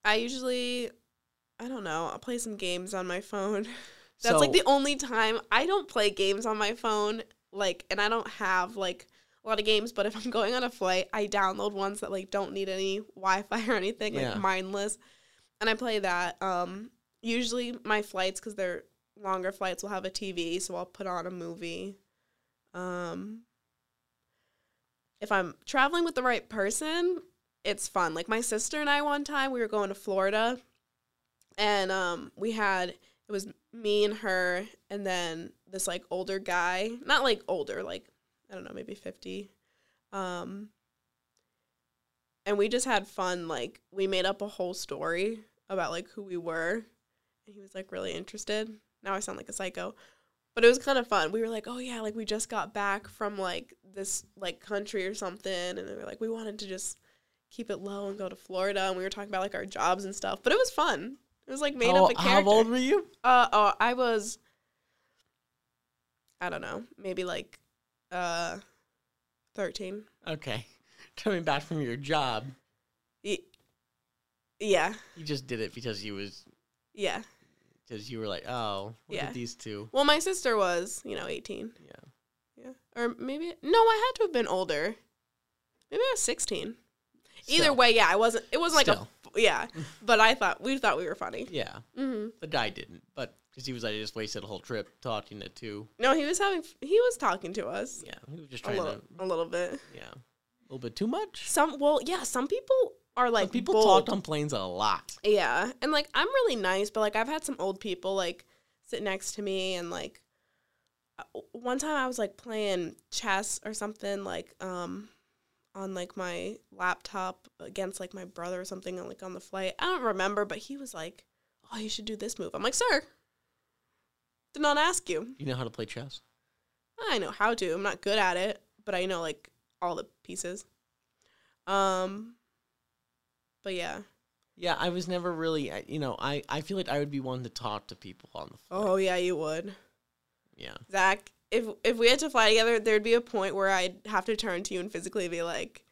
I usually, I don't know. I'll play some games on my phone. That's like So- the only time I don't play games on my phone. Like, and I don't have like a lot of games. But if I'm going on a flight, I download ones that like don't need any Wi-Fi or anything, Yeah. like mindless, and I play that. Um, usually my flights because they're longer flights will have a TV, so I'll put on a movie. Um, if I'm traveling with the right person, it's fun. Like my sister and I one time we were going to Florida, and um, we had it was me and her and then this like older guy not like older like i don't know maybe 50 um and we just had fun. Like we made up a whole story about like who we were, and he was like really interested. Now I sound like a psycho, but it was kind of fun. We were like, oh yeah, like we just got back from like this like country or something, and they were like, we wanted to just keep it low and go to Florida, and we were talking about like our jobs and stuff. But it was fun. It was like made how, up a how character. old were you? Uh, oh, I was, I don't know, maybe like, uh, thirteen. Okay. Coming back from your job, Y- yeah, you just did it because you was yeah. because you were like, oh, look Yeah. at these two. Well, my sister was, you know, eighteen. Yeah. Yeah, or maybe no, I had to have been older. Maybe I was sixteen. Either Still. way, yeah, I wasn't. It wasn't like a Still. f- yeah, but I thought we thought we were funny. Yeah. hmm The guy didn't, but because he was like, I just wasted a whole trip talking to two. No, he was having f- he was talking to us Yeah. He was just a trying little to, a little bit. yeah, a little bit too much. Some well, yeah, some people are like Like, people bold. talked on planes a lot. Yeah. And like I'm really nice, but like I've had some old people like sit next to me and like uh, one time I was like playing chess or something like um on like my laptop against like my brother or something and like on the flight. I don't remember, but he was like, "Oh, you should do this move." I'm like, "Sir, did not ask you. You know how to play chess? I know how to. I'm not good at it, but I know like all the pieces." Um but yeah. Yeah, I was never really, I- you know, I, I feel like I would be one to talk to people on the flight. Oh yeah, you would. Yeah. Zach, if if we had to fly together, there'd be a point where I'd have to turn to you and physically be like,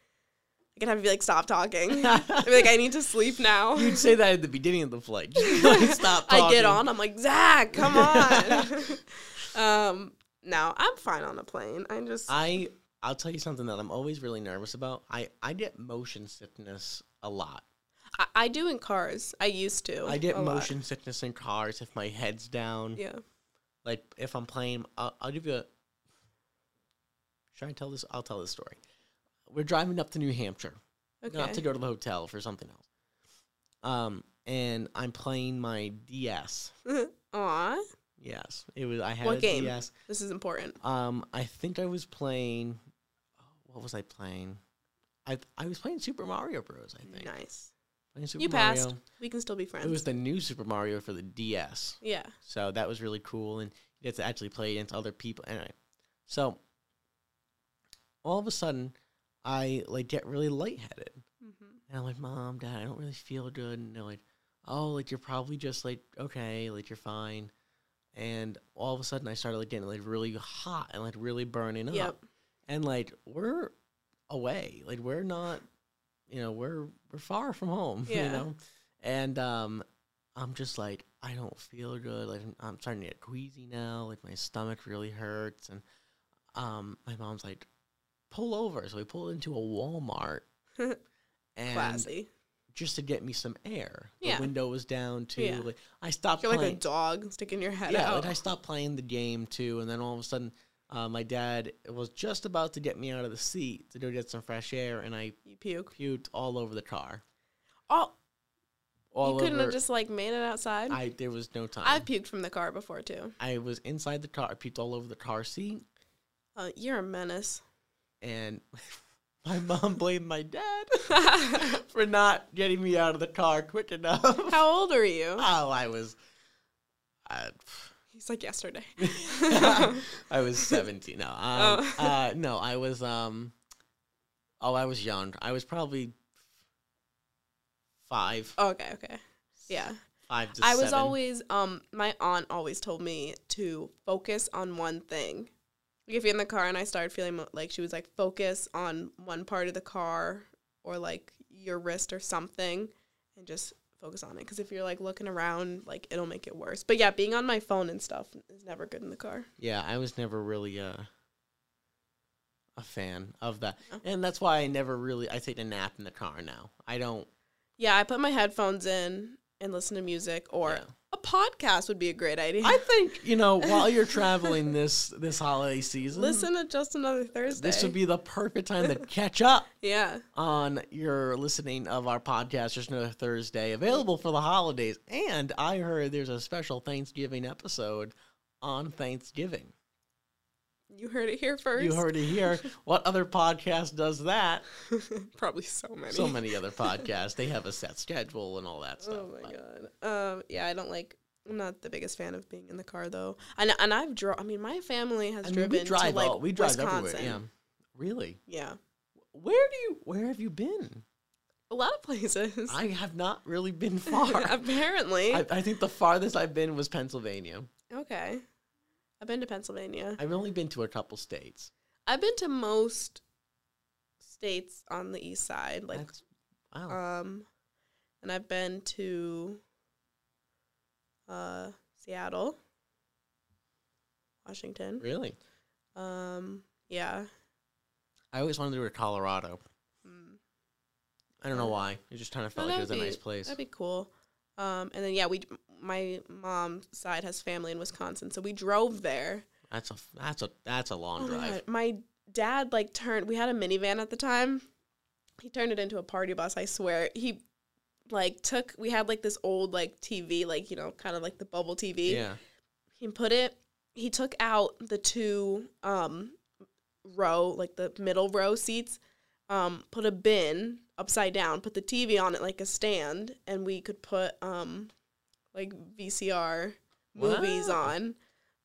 I could have to be like, stop talking. I'd be like, I need to sleep now. You'd say that at the beginning of the flight. Just like, Stop talking. I get on, I'm like, Zach, come on. um, no, I'm fine on the plane. I just I I'll tell you something that I'm always really nervous about. I I get motion sickness a lot. I, I do in cars. I used to. I get a lot. motion sickness in cars if my head's down. Yeah. Like if I'm playing, I'll, I'll give you a. Should I tell this? I'll tell this story. We're driving up to New Hampshire, Okay. not to go to the hotel for something else. Um, and I'm playing my DS. Aw, Yes, it was. I had What a game? DS. this is important. Um, I think I was playing. oh, What was I playing? I I was playing Super Mario Bros. I think. Nice. Playing Super you passed. Mario. We can still be friends. It was the new Super Mario for the DS, yeah. so that was really cool, and you get to actually play against other people. Anyway, so all of a sudden, I like get really lightheaded, Mm-hmm. and I'm like, "Mom, Dad, I don't really feel good." And they're like, "Oh, like you're probably just like okay, like you're fine." And all of a sudden, I started like getting like really hot and like really burning up Yep. and like we're away like we're not you know we're we're far from home Yeah. you know and um i'm just like i don't feel good like I'm- i'm starting to get queasy now like my stomach really hurts and um my mom's like pull over so we pull into a walmart and Classy. just to get me some air the Yeah. window was down too Yeah. like i stopped You're like a playing dog sticking your head yeah, out. like I stopped playing the game too, and then all of a sudden, uh, my dad was just about to get me out of the seat to go get some fresh air, and I you puke. puked all over the car. Oh, All you couldn't over. have just like made it outside. I, I there was no time. have puked from the car before too. I was inside the car. I puked all over the car seat, Uh, you're a menace. and my mom blamed my dad for not getting me out of the car quick enough. How old are you? oh, I was. I, He's like yesterday. I was 17. No, um, Oh. uh, no, I was. Um, oh, I was young. I was probably five. okay, okay. Yeah. Five to I was seven. always um my aunt always told me to focus on one thing. Like if you're in the car and I started feeling mo- like she was like focus on one part of the car or like your wrist or something and just focus on it cuz if you're like looking around like it'll make it worse. But yeah, being on my phone and stuff is never good in the car. Yeah, I was never really uh, a fan of that, Oh. and that's why I never really. I take a nap in the car now. I don't. Yeah, I put my headphones in and listen to music or Yeah. a podcast would be a great idea. I think you know while you're traveling this this holiday season, listen to just another Thursday. This would be the perfect time to catch up. Yeah. on your listening of our podcast just another thursday available for the holidays and i heard there's a special thanksgiving episode on thanksgiving You heard it here first. You heard it here. what other podcast does that? Probably so many. So many other podcasts. They have a set schedule and all that stuff. Oh my but- god. Um, yeah, I don't like. I'm not the biggest fan of being in the car though, and and I've drove. I mean, my family has I mean, driven we drive to like all, we drive Wisconsin. everywhere. Yeah. Really? yeah, Where do you where have you been? a lot of places. I have not really been far. Apparently, I, I think the farthest I've been was Pennsylvania. okay. I've been to Pennsylvania. I've only been to a couple states. I've been to most states on the east side, like That's, wow. um, and I've been to uh Seattle, Washington. really? Um, yeah. I always wanted to go to Colorado. Mm. I don't know Yeah. why. It just kind of No, felt like it was that'd a nice be- place. That'd be cool. Um, and then yeah, we my mom's side has family in Wisconsin, so we drove there. That's a that's a that's a long Oh my drive. God, My dad like turned. We had a minivan at the time. He turned it into a party bus. I swear. He like took. We had like this old like TV, like you know, kind of like the bubble TV. Yeah. He put it. He took out the two um row, like the middle row seats. Um, put a bin upside down. Put the TV on it like a stand, and we could put um like VCR movies Wow. on.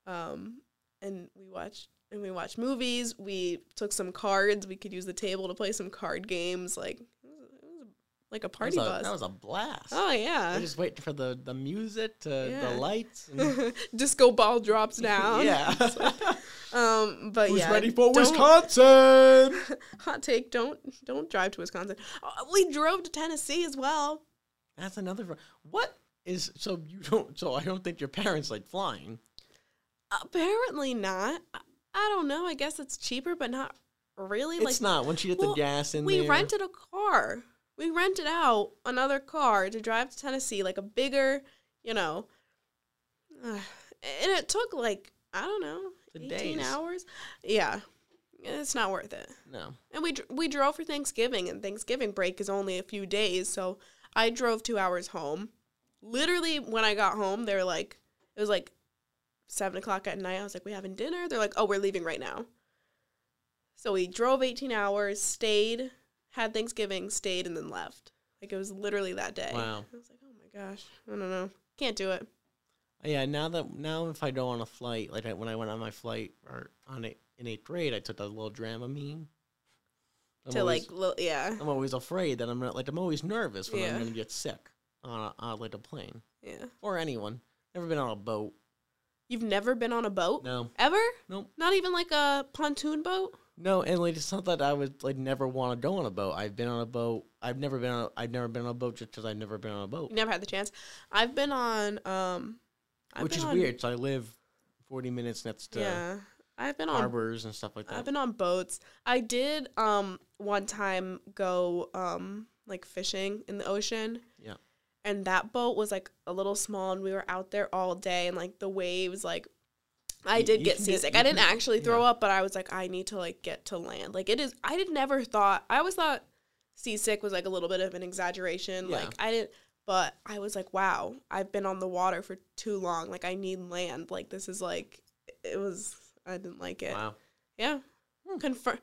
Um, and we watched and we watched movies. We took some cards. We could use the table to play some card games. Like it was, it was like a That party was a, bus. that was a blast. oh yeah. We're just waiting for the, the music to Yeah. the lights. And disco ball drops down. yeah. Um, but Who's yeah, ready for don't- Wisconsin? Hot take: Don't don't drive to Wisconsin. Uh, we drove to Tennessee as well. That's another. ver- What is so you don't so I don't think your parents like flying. Apparently not. I, I don't know. I guess it's cheaper, but not really. It's like not once you get well, the gas in we there. rented a car. We rented out another car to drive to Tennessee, like a bigger, you know. Uh, and it took like I don't know, The eighteen days. hours. Yeah, it's not worth it. No, And we dr- we drove for Thanksgiving, and Thanksgiving break is only a few days, so I drove two hours home. Literally, when I got home, they were like, it was like seven o'clock at night. I was like, we having dinner? They're like, oh, we're leaving right now. So we drove eighteen hours, stayed, had Thanksgiving, stayed, and then left. Like it was literally that day. Wow. I was like, oh my gosh, I don't know, can't do it. yeah. Now that now if I go on a flight, like I, when I went on my flight or on it in eighth grade, I took that little Dramamine. I'm to always- like, li- yeah, I'm always afraid that I'm not like I'm always nervous when Yeah. I'm gonna get sick on a, on like a plane yeah. or anyone. Never been on a boat. You've never been on a boat No, ever? Nope. Not even like a pontoon boat. no, and like it's not that I would like never want to go on a boat. I've been on a boat. I've never been on. A, I've never been on a boat just because I've never been on a boat. You never had the chance. I've been on um I've which been is on- weird. So I live 40 minutes next to Yeah. I've been on harbors and stuff like that. I've been on boats. I did um one time go um like fishing in the ocean. Yeah. And that boat was like a little small and we were out there all day and like the waves like I You- did you get can get- seasick. you I didn't can- actually throw yeah. up, but I was like I need to like get to land. Like it is I did never thought I always thought seasick was like a little bit of an exaggeration. Yeah. Like I didn't but I was like, wow, I've been on the water for too long. Like I need land. Like this is like it was I didn't like it. wow. Yeah. Hmm. Confir-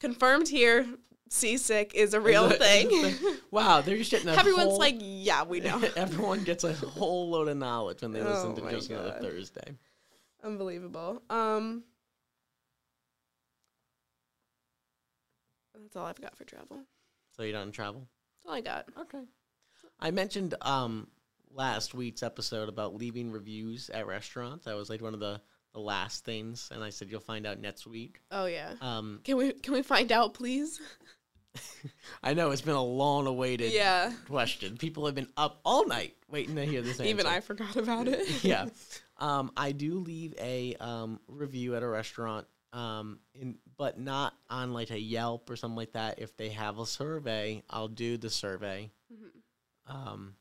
confirmed here, seasick is a real It's a- thing. it's a thing. wow, they're just getting a Everyone's whole- like, yeah, we know. Everyone gets a whole load of knowledge when they Oh listen to my Just Another God. Thursday. Unbelievable. Um That's all I've got for travel. That's So you don't travel? all I got. Okay. I mentioned um last week's episode about leaving reviews at restaurants. That was like one of the, the last things, and I said you'll find out next week. Oh yeah. Um, Can we can we find out please? I know it's been a long awaited Yeah. question. People have been up all night waiting to hear this answer. Even I forgot about it. yeah. Um, I do leave a um, review at a restaurant, um, in, but not on like a Yelp or something like that. If they have a survey, I'll do the survey. Mhm. Um,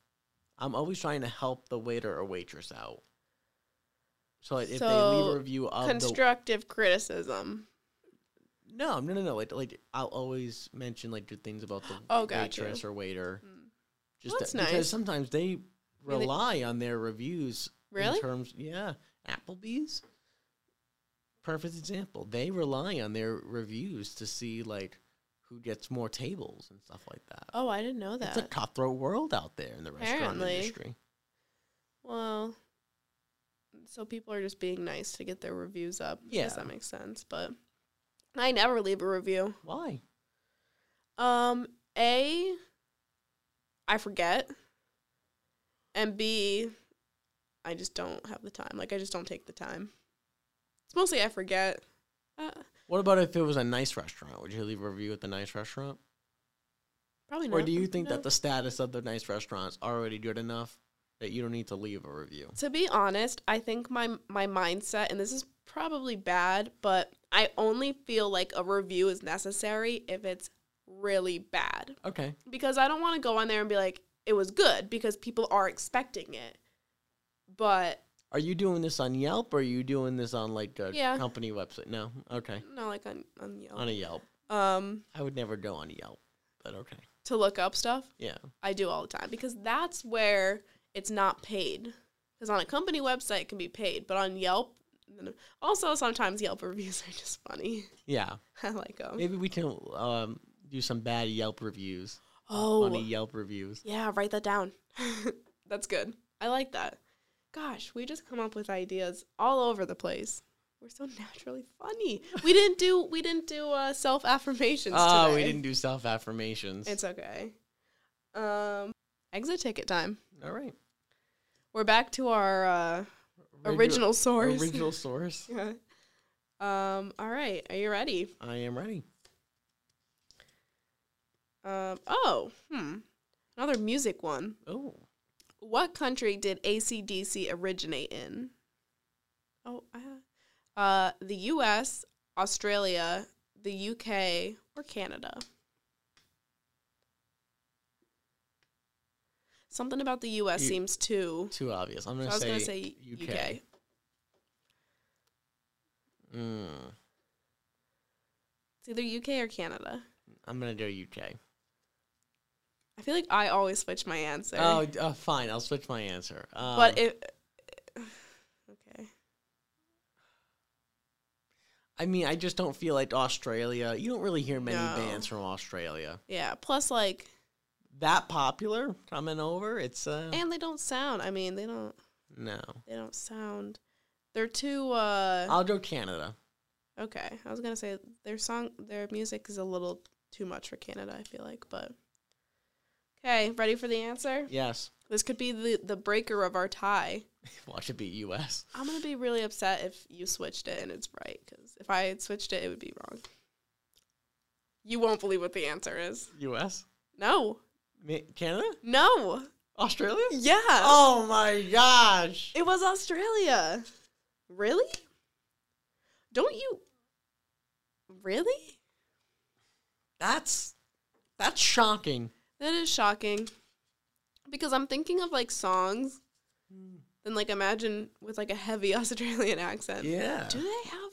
I'm always trying to help the waiter or waitress out. So like, if they leave So, a review of Um, the Constructive criticism. no, no, no, no, like, like I'll always mention like good things about the Oh, gotcha. waitress or waiter. Mm. Just That's to- because nice. sometimes they Really- rely on their reviews in Really? terms, yeah, Applebee's. perfect example. They rely on their reviews to see like who gets more tables and stuff like that. Oh, I didn't know that. It's a cutthroat world out there in the restaurant Apparently. industry. well, so people are just being nice to get their reviews up. I guess Yeah. that makes sense. But I never leave a review. Why? Um, A, I forget. And B, I just don't have the time. Like, I just don't take the time. It's mostly I forget. Uh, What about if it was a nice restaurant? Would you leave a review at the nice restaurant? probably not. Or do you think no. that the status of the nice restaurant's already good enough that you don't need to leave a review? To be honest, I think my my mindset, and this is probably bad, but I only feel like a review is necessary if it's really bad. Okay. Because I don't want to go on there and be like, it was good because people are expecting it. But Are you doing this on Yelp or are you doing this on like a Yeah. company website? No. Okay. not like on, on Yelp. On a Yelp. Um, I would never go on Yelp, but okay. to look up stuff. Yeah. I do all the time because that's where it's not paid. Because on a company website, it can be paid, but on Yelp, also sometimes Yelp reviews are just funny. Yeah. I like them. Maybe we can um, do some bad Yelp reviews. Funny Oh, Yelp reviews. yeah, write that down. that's good. I like that. Gosh, we just come up with ideas all over the place. We're so naturally funny. We didn't do we didn't do uh, self affirmations. Oh, we didn't do self affirmations. It's okay. Um, exit ticket time. all right. We're back to our uh, Regu- original source. Original source. Yeah. Um, all right. Are you ready? I am ready. Um, oh, hmm. Another music one. Oh, What country did ACDC originate in? Oh, uh, uh, the US, Australia, the UK, or Canada? Something about the US You- seems too. too obvious. I'm So gonna I was say going to say UK. UK. Mm, It's either UK or Canada. I'm gonna go UK. I feel like I always switch my answer. Oh, d- uh, fine. I'll switch my answer. Um, But if okay, I mean, I just don't feel like Australia. You don't really hear many No. bands from Australia yeah. Plus, like, that popular coming over. It's uh, and they don't sound. I mean, they don't. no. They don't sound. They're too. uh I'll go Canada. Okay, I was gonna say their song, their music is a little too much for Canada. I feel like, but okay. Ready for the answer? Yes. This could be the the breaker of our tie. Watch it be U.S. I'm gonna be really upset if you switched it and it's right, because if I had switched it, it would be wrong. You won't believe what the answer is. U.S. No, Ma- Canada. no. Australia. Yeah. Oh my gosh. It was Australia. Really? Don't you Really? That's that's shocking. That is shocking. Because I'm thinking of like songs and like imagine with like a heavy Australian accent. Yeah. Do they have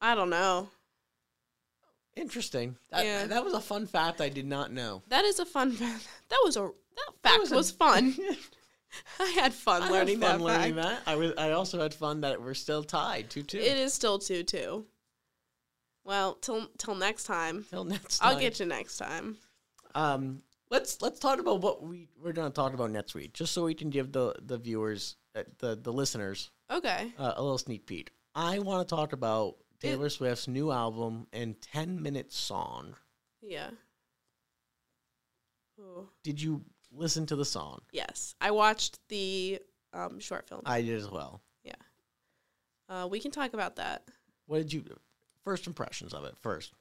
I don't know. Interesting. That, Yeah. that was a fun fact I did not know. That is a fun fact. That was a that fact was, was a- fun. I had fun I learning had fun that learning fact. that. I was. I also had fun that we're still tied two two. It is still two two. Well, till till next time. Till next I'll time. get you next time. Um, let's let's talk about what we we're going to talk about next week, just so we can give the the viewers, uh, the the listeners, Okay. uh, a little sneak peek. I want to talk about Taylor Swift's new album and ten minute song. Yeah. Ooh. Did you listen to the song? Yes, I watched the um, short film. I did as well. Uh, we can talk about that. What did you? First impressions of it first.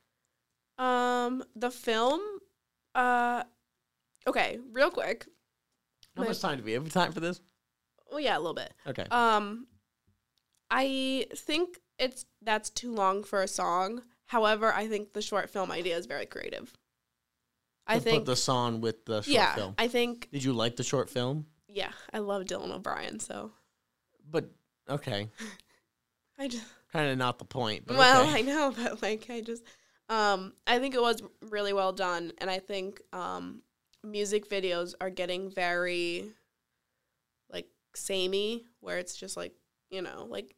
Um, the film. Uh, okay, real quick. How My- much time do we have? Time for this? Well, yeah, a little bit. Okay. Um, I think it's that's too long for a song. However, I think the short film idea is very creative. I To think. put the song with the short yeah, film. I think. Did you like the short film? Yeah, I love Dylan O'Brien, so But okay, I just. kind of not the point. But well, okay. I know, but like I just um I think it was really well done and I think um music videos are getting very like samey where it's just like, you know, like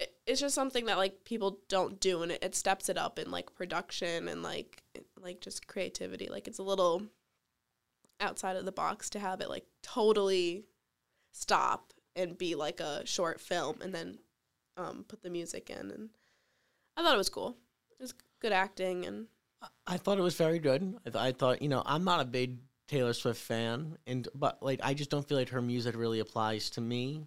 it- it's just something that like people don't do and it, it steps it up in like production and like it- like just creativity like it's a little outside of the box to have it like totally stop and be like a short film and then um, put the music in and i thought it was cool it was good acting and I thought it was very good. I, th- I thought, you know, I'm not a big Taylor Swift fan, and but like I just don't feel like her music really applies to me.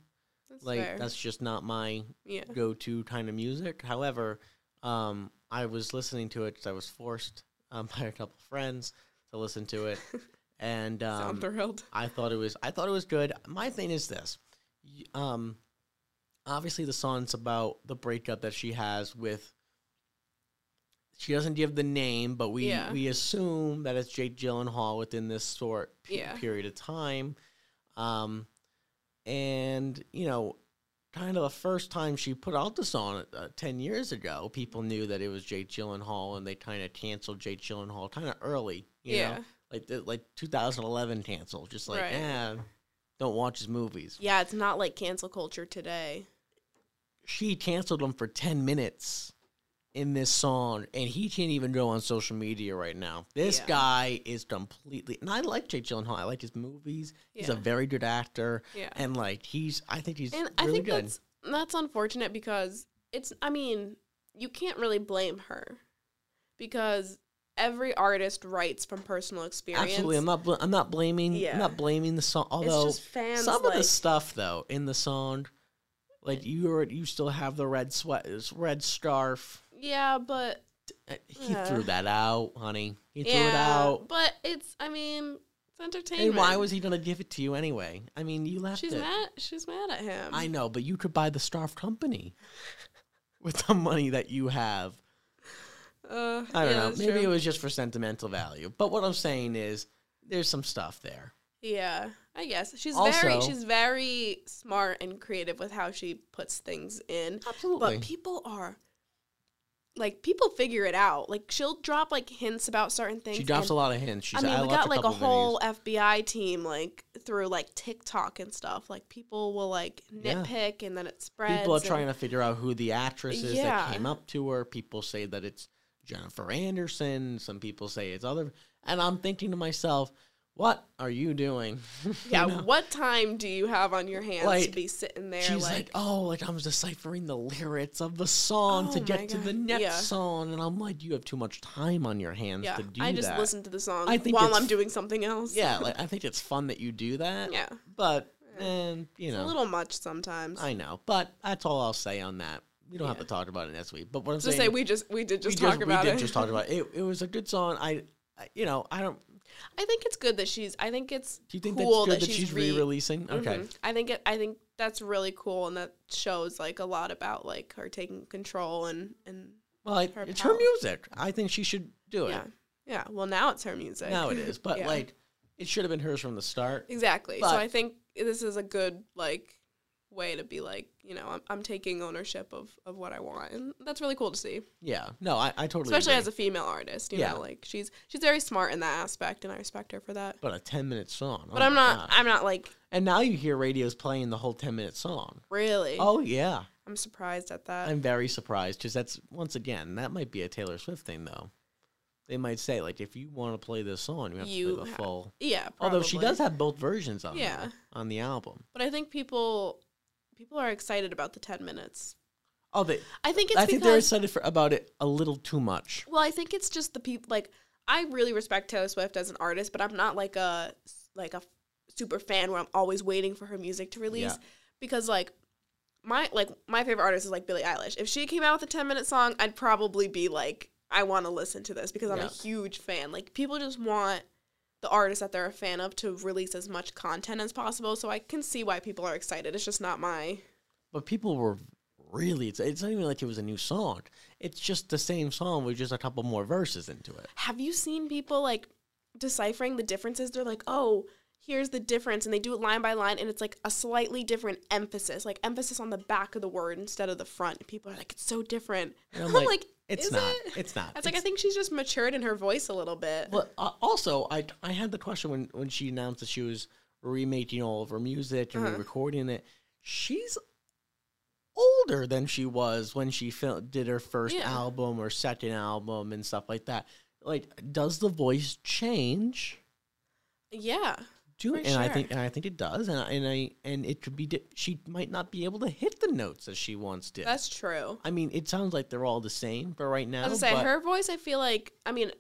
that's Like fair. that's um, just not my yeah go-to kind of music. However, um, I was listening to it. 'cause I was forced um, by a couple friends to listen to it, and so i'm um, thrilled I thought it was I thought it was good. My thing is this, y- um, obviously the song's about the breakup that she has with. She doesn't give the name, but we Yeah. we assume that it's Jake Gyllenhaal within this short pe- Yeah. period of time, um, and you know, kind of the first time she put out the song uh, ten years ago, people knew that it was Jake Gyllenhaal, and they kind of canceled Jake Gyllenhaal kind of early. You yeah know? like the, like 2011 cancel, just like Right. eh, don't watch his movies. yeah it's not like cancel culture today She canceled him for 10 minutes in this song, and he can't even go on social media right now. This Yeah. guy is completely, and I like Jake Gyllenhaal. I like his movies. He's a Yeah. very good actor, yeah and like he's, I think he's And really I think good. that's that's unfortunate because it's I mean, you can't really blame her because every artist writes from personal experience. Absolutely, I'm not. Bl- I'm not blaming. Yeah. I'm not blaming the song. it's Although just fans some like, of the stuff though in the song, like you are, you still have the red sweat, red scarf. Yeah, but Uh, He Yeah. threw that out, honey. He threw yeah, it out. But it's I mean, it's entertainment. And why was he gonna give it to you anyway? I mean, you left She's it. mad she's mad at him. I know, but you could buy the Starf Company with the money that you have. uh, I don't yeah, know. that's Maybe true. it was just for sentimental value. But what I'm saying is, there's some stuff there. Yeah, I guess. She's Also- very she's very smart and creative with how she puts things in. Absolutely. But people are like people figure it out. Like she'll drop like hints about certain things. she drops and- a lot of hints. She's, I mean, we watched got like a couple whole videos. FBI team like through like TikTok and stuff. Like people will like Yeah. nitpick and then it spreads. People are and- trying to figure out who the actress is Yeah. that came up to her. People say that it's Jennifer Anderson. Some people say it's other. And I'm thinking to myself, what are you doing? You Yeah, know? what time do you have on your hands to Like, be sitting there? She's like, like, oh, like I'm deciphering the lyrics of the song to Oh my get to the God, next yeah. song, and I'm like, you have too much time on your hands yeah, to do I just that. listen to the song I think while it's- I'm doing something else. Yeah, like I think it's fun that you do that. yeah, but and you it's a know, little much sometimes. I know, but that's all I'll say on that. We don't have Yeah. to talk about it next week. But what I'm just saying, say we just we did we just talk about we did it. just talk about it. it. It was a good song. I, I- you know, I don't. I think it's good that she's. I think it's Do you think cool that's good that, that she's she's re- re-releasing? Okay, Mhm. I think it, I think that's really cool, and that shows like a lot about like her taking control and and well, it, Her it's her pal. music. I think she should do it. yeah, yeah. Well, now it's her music. Now it is, but Yeah. like, it should have been hers from the start. exactly. so but- I think this is a good like way to be like you know I'm I'm taking ownership of of what I want, and that's really cool to see, Yeah. No, I, I totally. especially agree. as a female artist. You Yeah. know, like she's she's very smart in that aspect, and I respect her for that. but a ten minute song. Oh But I'm not I'm not like And now you hear radios playing the whole ten minute song. really. Oh yeah, I'm surprised at that. I'm very surprised because that's once again that might be a Taylor Swift thing though. They might say like if you want to play this song, you have to You play the have- full. yeah. Although she probably. does have both versions on yeah. Yeah. on the album. But I think people people are excited about the ten minutes. Oh, they, I think it's I think they're because excited for, about it a little too much. well, I think it's just the people like I really respect Taylor Swift as an artist, but I'm not like a like a super fan where I'm always waiting for her music to release Yeah. because like my like my favorite artist is like Billie Eilish. If she came out with a 10 minute song, I'd probably be like I want to listen to this because I'm Yeah. a huge fan. Like people just want the artist that they're a fan of to release as much content as possible, so I can see why people are excited. It's just not my But people were really. It's, it's not even like it was a new song. It's just the same song with just a couple more verses into it. have you seen people like deciphering the differences? They're like, oh, here's the difference. And they do it line by line, and it's like a slightly different emphasis, like emphasis on the back of the word instead of the front. And people are like, it's so different. And I'm I'm like, like, It's is not. it? It's not. I was like, I think she's just matured in her voice a little bit. Well, uh, also, I I had the question when when she announced that she was remaking all of her music and Uh-huh. re-recording it. She's older than she was when she fil- did her first Yeah. album or second album and stuff like that. Like, does the voice change? Yeah. Do For and I sure. think and I think it does, and I, and I and it could be di- she might not be able to hit the notes as she once did. That's true. I mean, it sounds like they're all the same for right now. I was gonna say but her voice. I feel like I mean,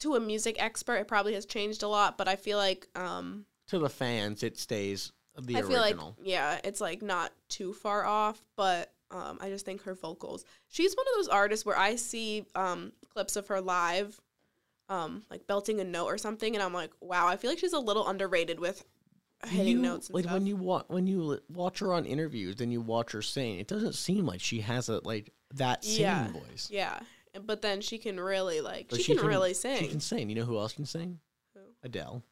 to a music expert, it probably has changed a lot. But I feel like um, to the fans, it stays the I feel like original. yeah, it's like not too far off. But um, I just think her vocals. She's one of those artists where I see um clips of her live, um like belting a note or something, and I'm like, wow, I feel like she's a little underrated with Do hitting you- notes. And like stuff. when you wa- when you li- watch her on interviews and you watch her sing, it doesn't seem like she has a like that singing Yeah. voice. yeah, but then she can really like But she, can, really sing. She can sing. You know who else can sing? Who? Adele.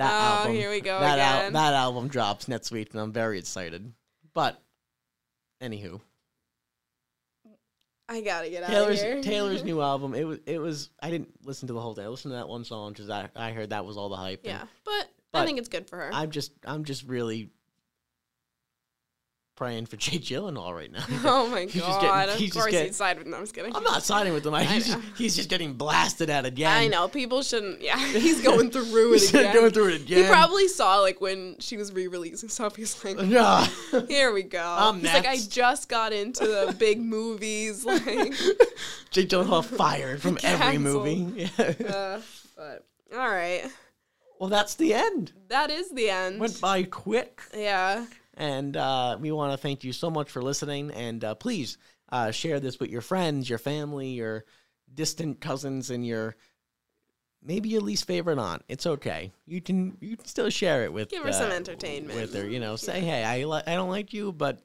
oh, here we go that, al- again. that album drops next week, and I'm very excited. But anywho, I gotta get out Taylor's of here. Taylor's new album. It was it was. I didn't listen to the whole thing. I listened to that one song because I, I heard that was all the hype. and Yeah, but, But I think it's good for her. I'm just I'm just really praying for Jake Gyllenhaal right now. oh my He's just god! getting- of he's just course, getting- he's side with. No, I'm just kidding. I'm not siding with him. I, he's, just, know. he's just getting blasted at again. I know people shouldn't. Yeah, he's going through it He's again. going through it He again. probably saw like when she was re-releasing stuff. He's like, Yeah. "Here we go." I'm he's like, "I next." just got into the big movies." Like, Jake Gyllenhaal fired from every Canceled. movie. Yeah. uh, but all right, well, that's the end. that is the end. Went by quick. Yeah, And uh, we want to thank you so much for listening. And uh, please uh, share this with your friends, your family, your distant cousins, and your maybe your least favorite aunt. It's okay. You can you can still share it with Give her some uh, entertainment. With her, you know, say hey, I li- I don't like you, but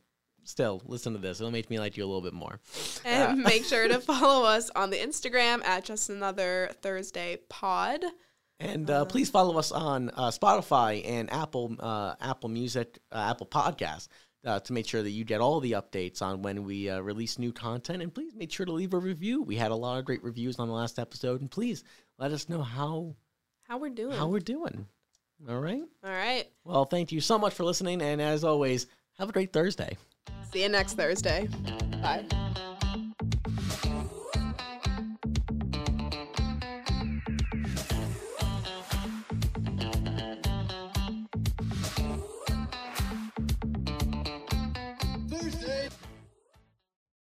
still listen to this. It'll make me like you a little bit more. and make sure to follow us on the Instagram at just another Thursday pod. And uh, please follow us on uh, Spotify and Apple uh, Apple Music, uh, Apple Podcasts uh, to make sure that you get all the updates on when we uh, release new content. And please make sure to leave a review. We had a lot of great reviews on the last episode, and please let us know how How we're doing? how we're doing. All right. all right. Well, thank you so much for listening, and as always, have a great Thursday. See you next Thursday. Bye.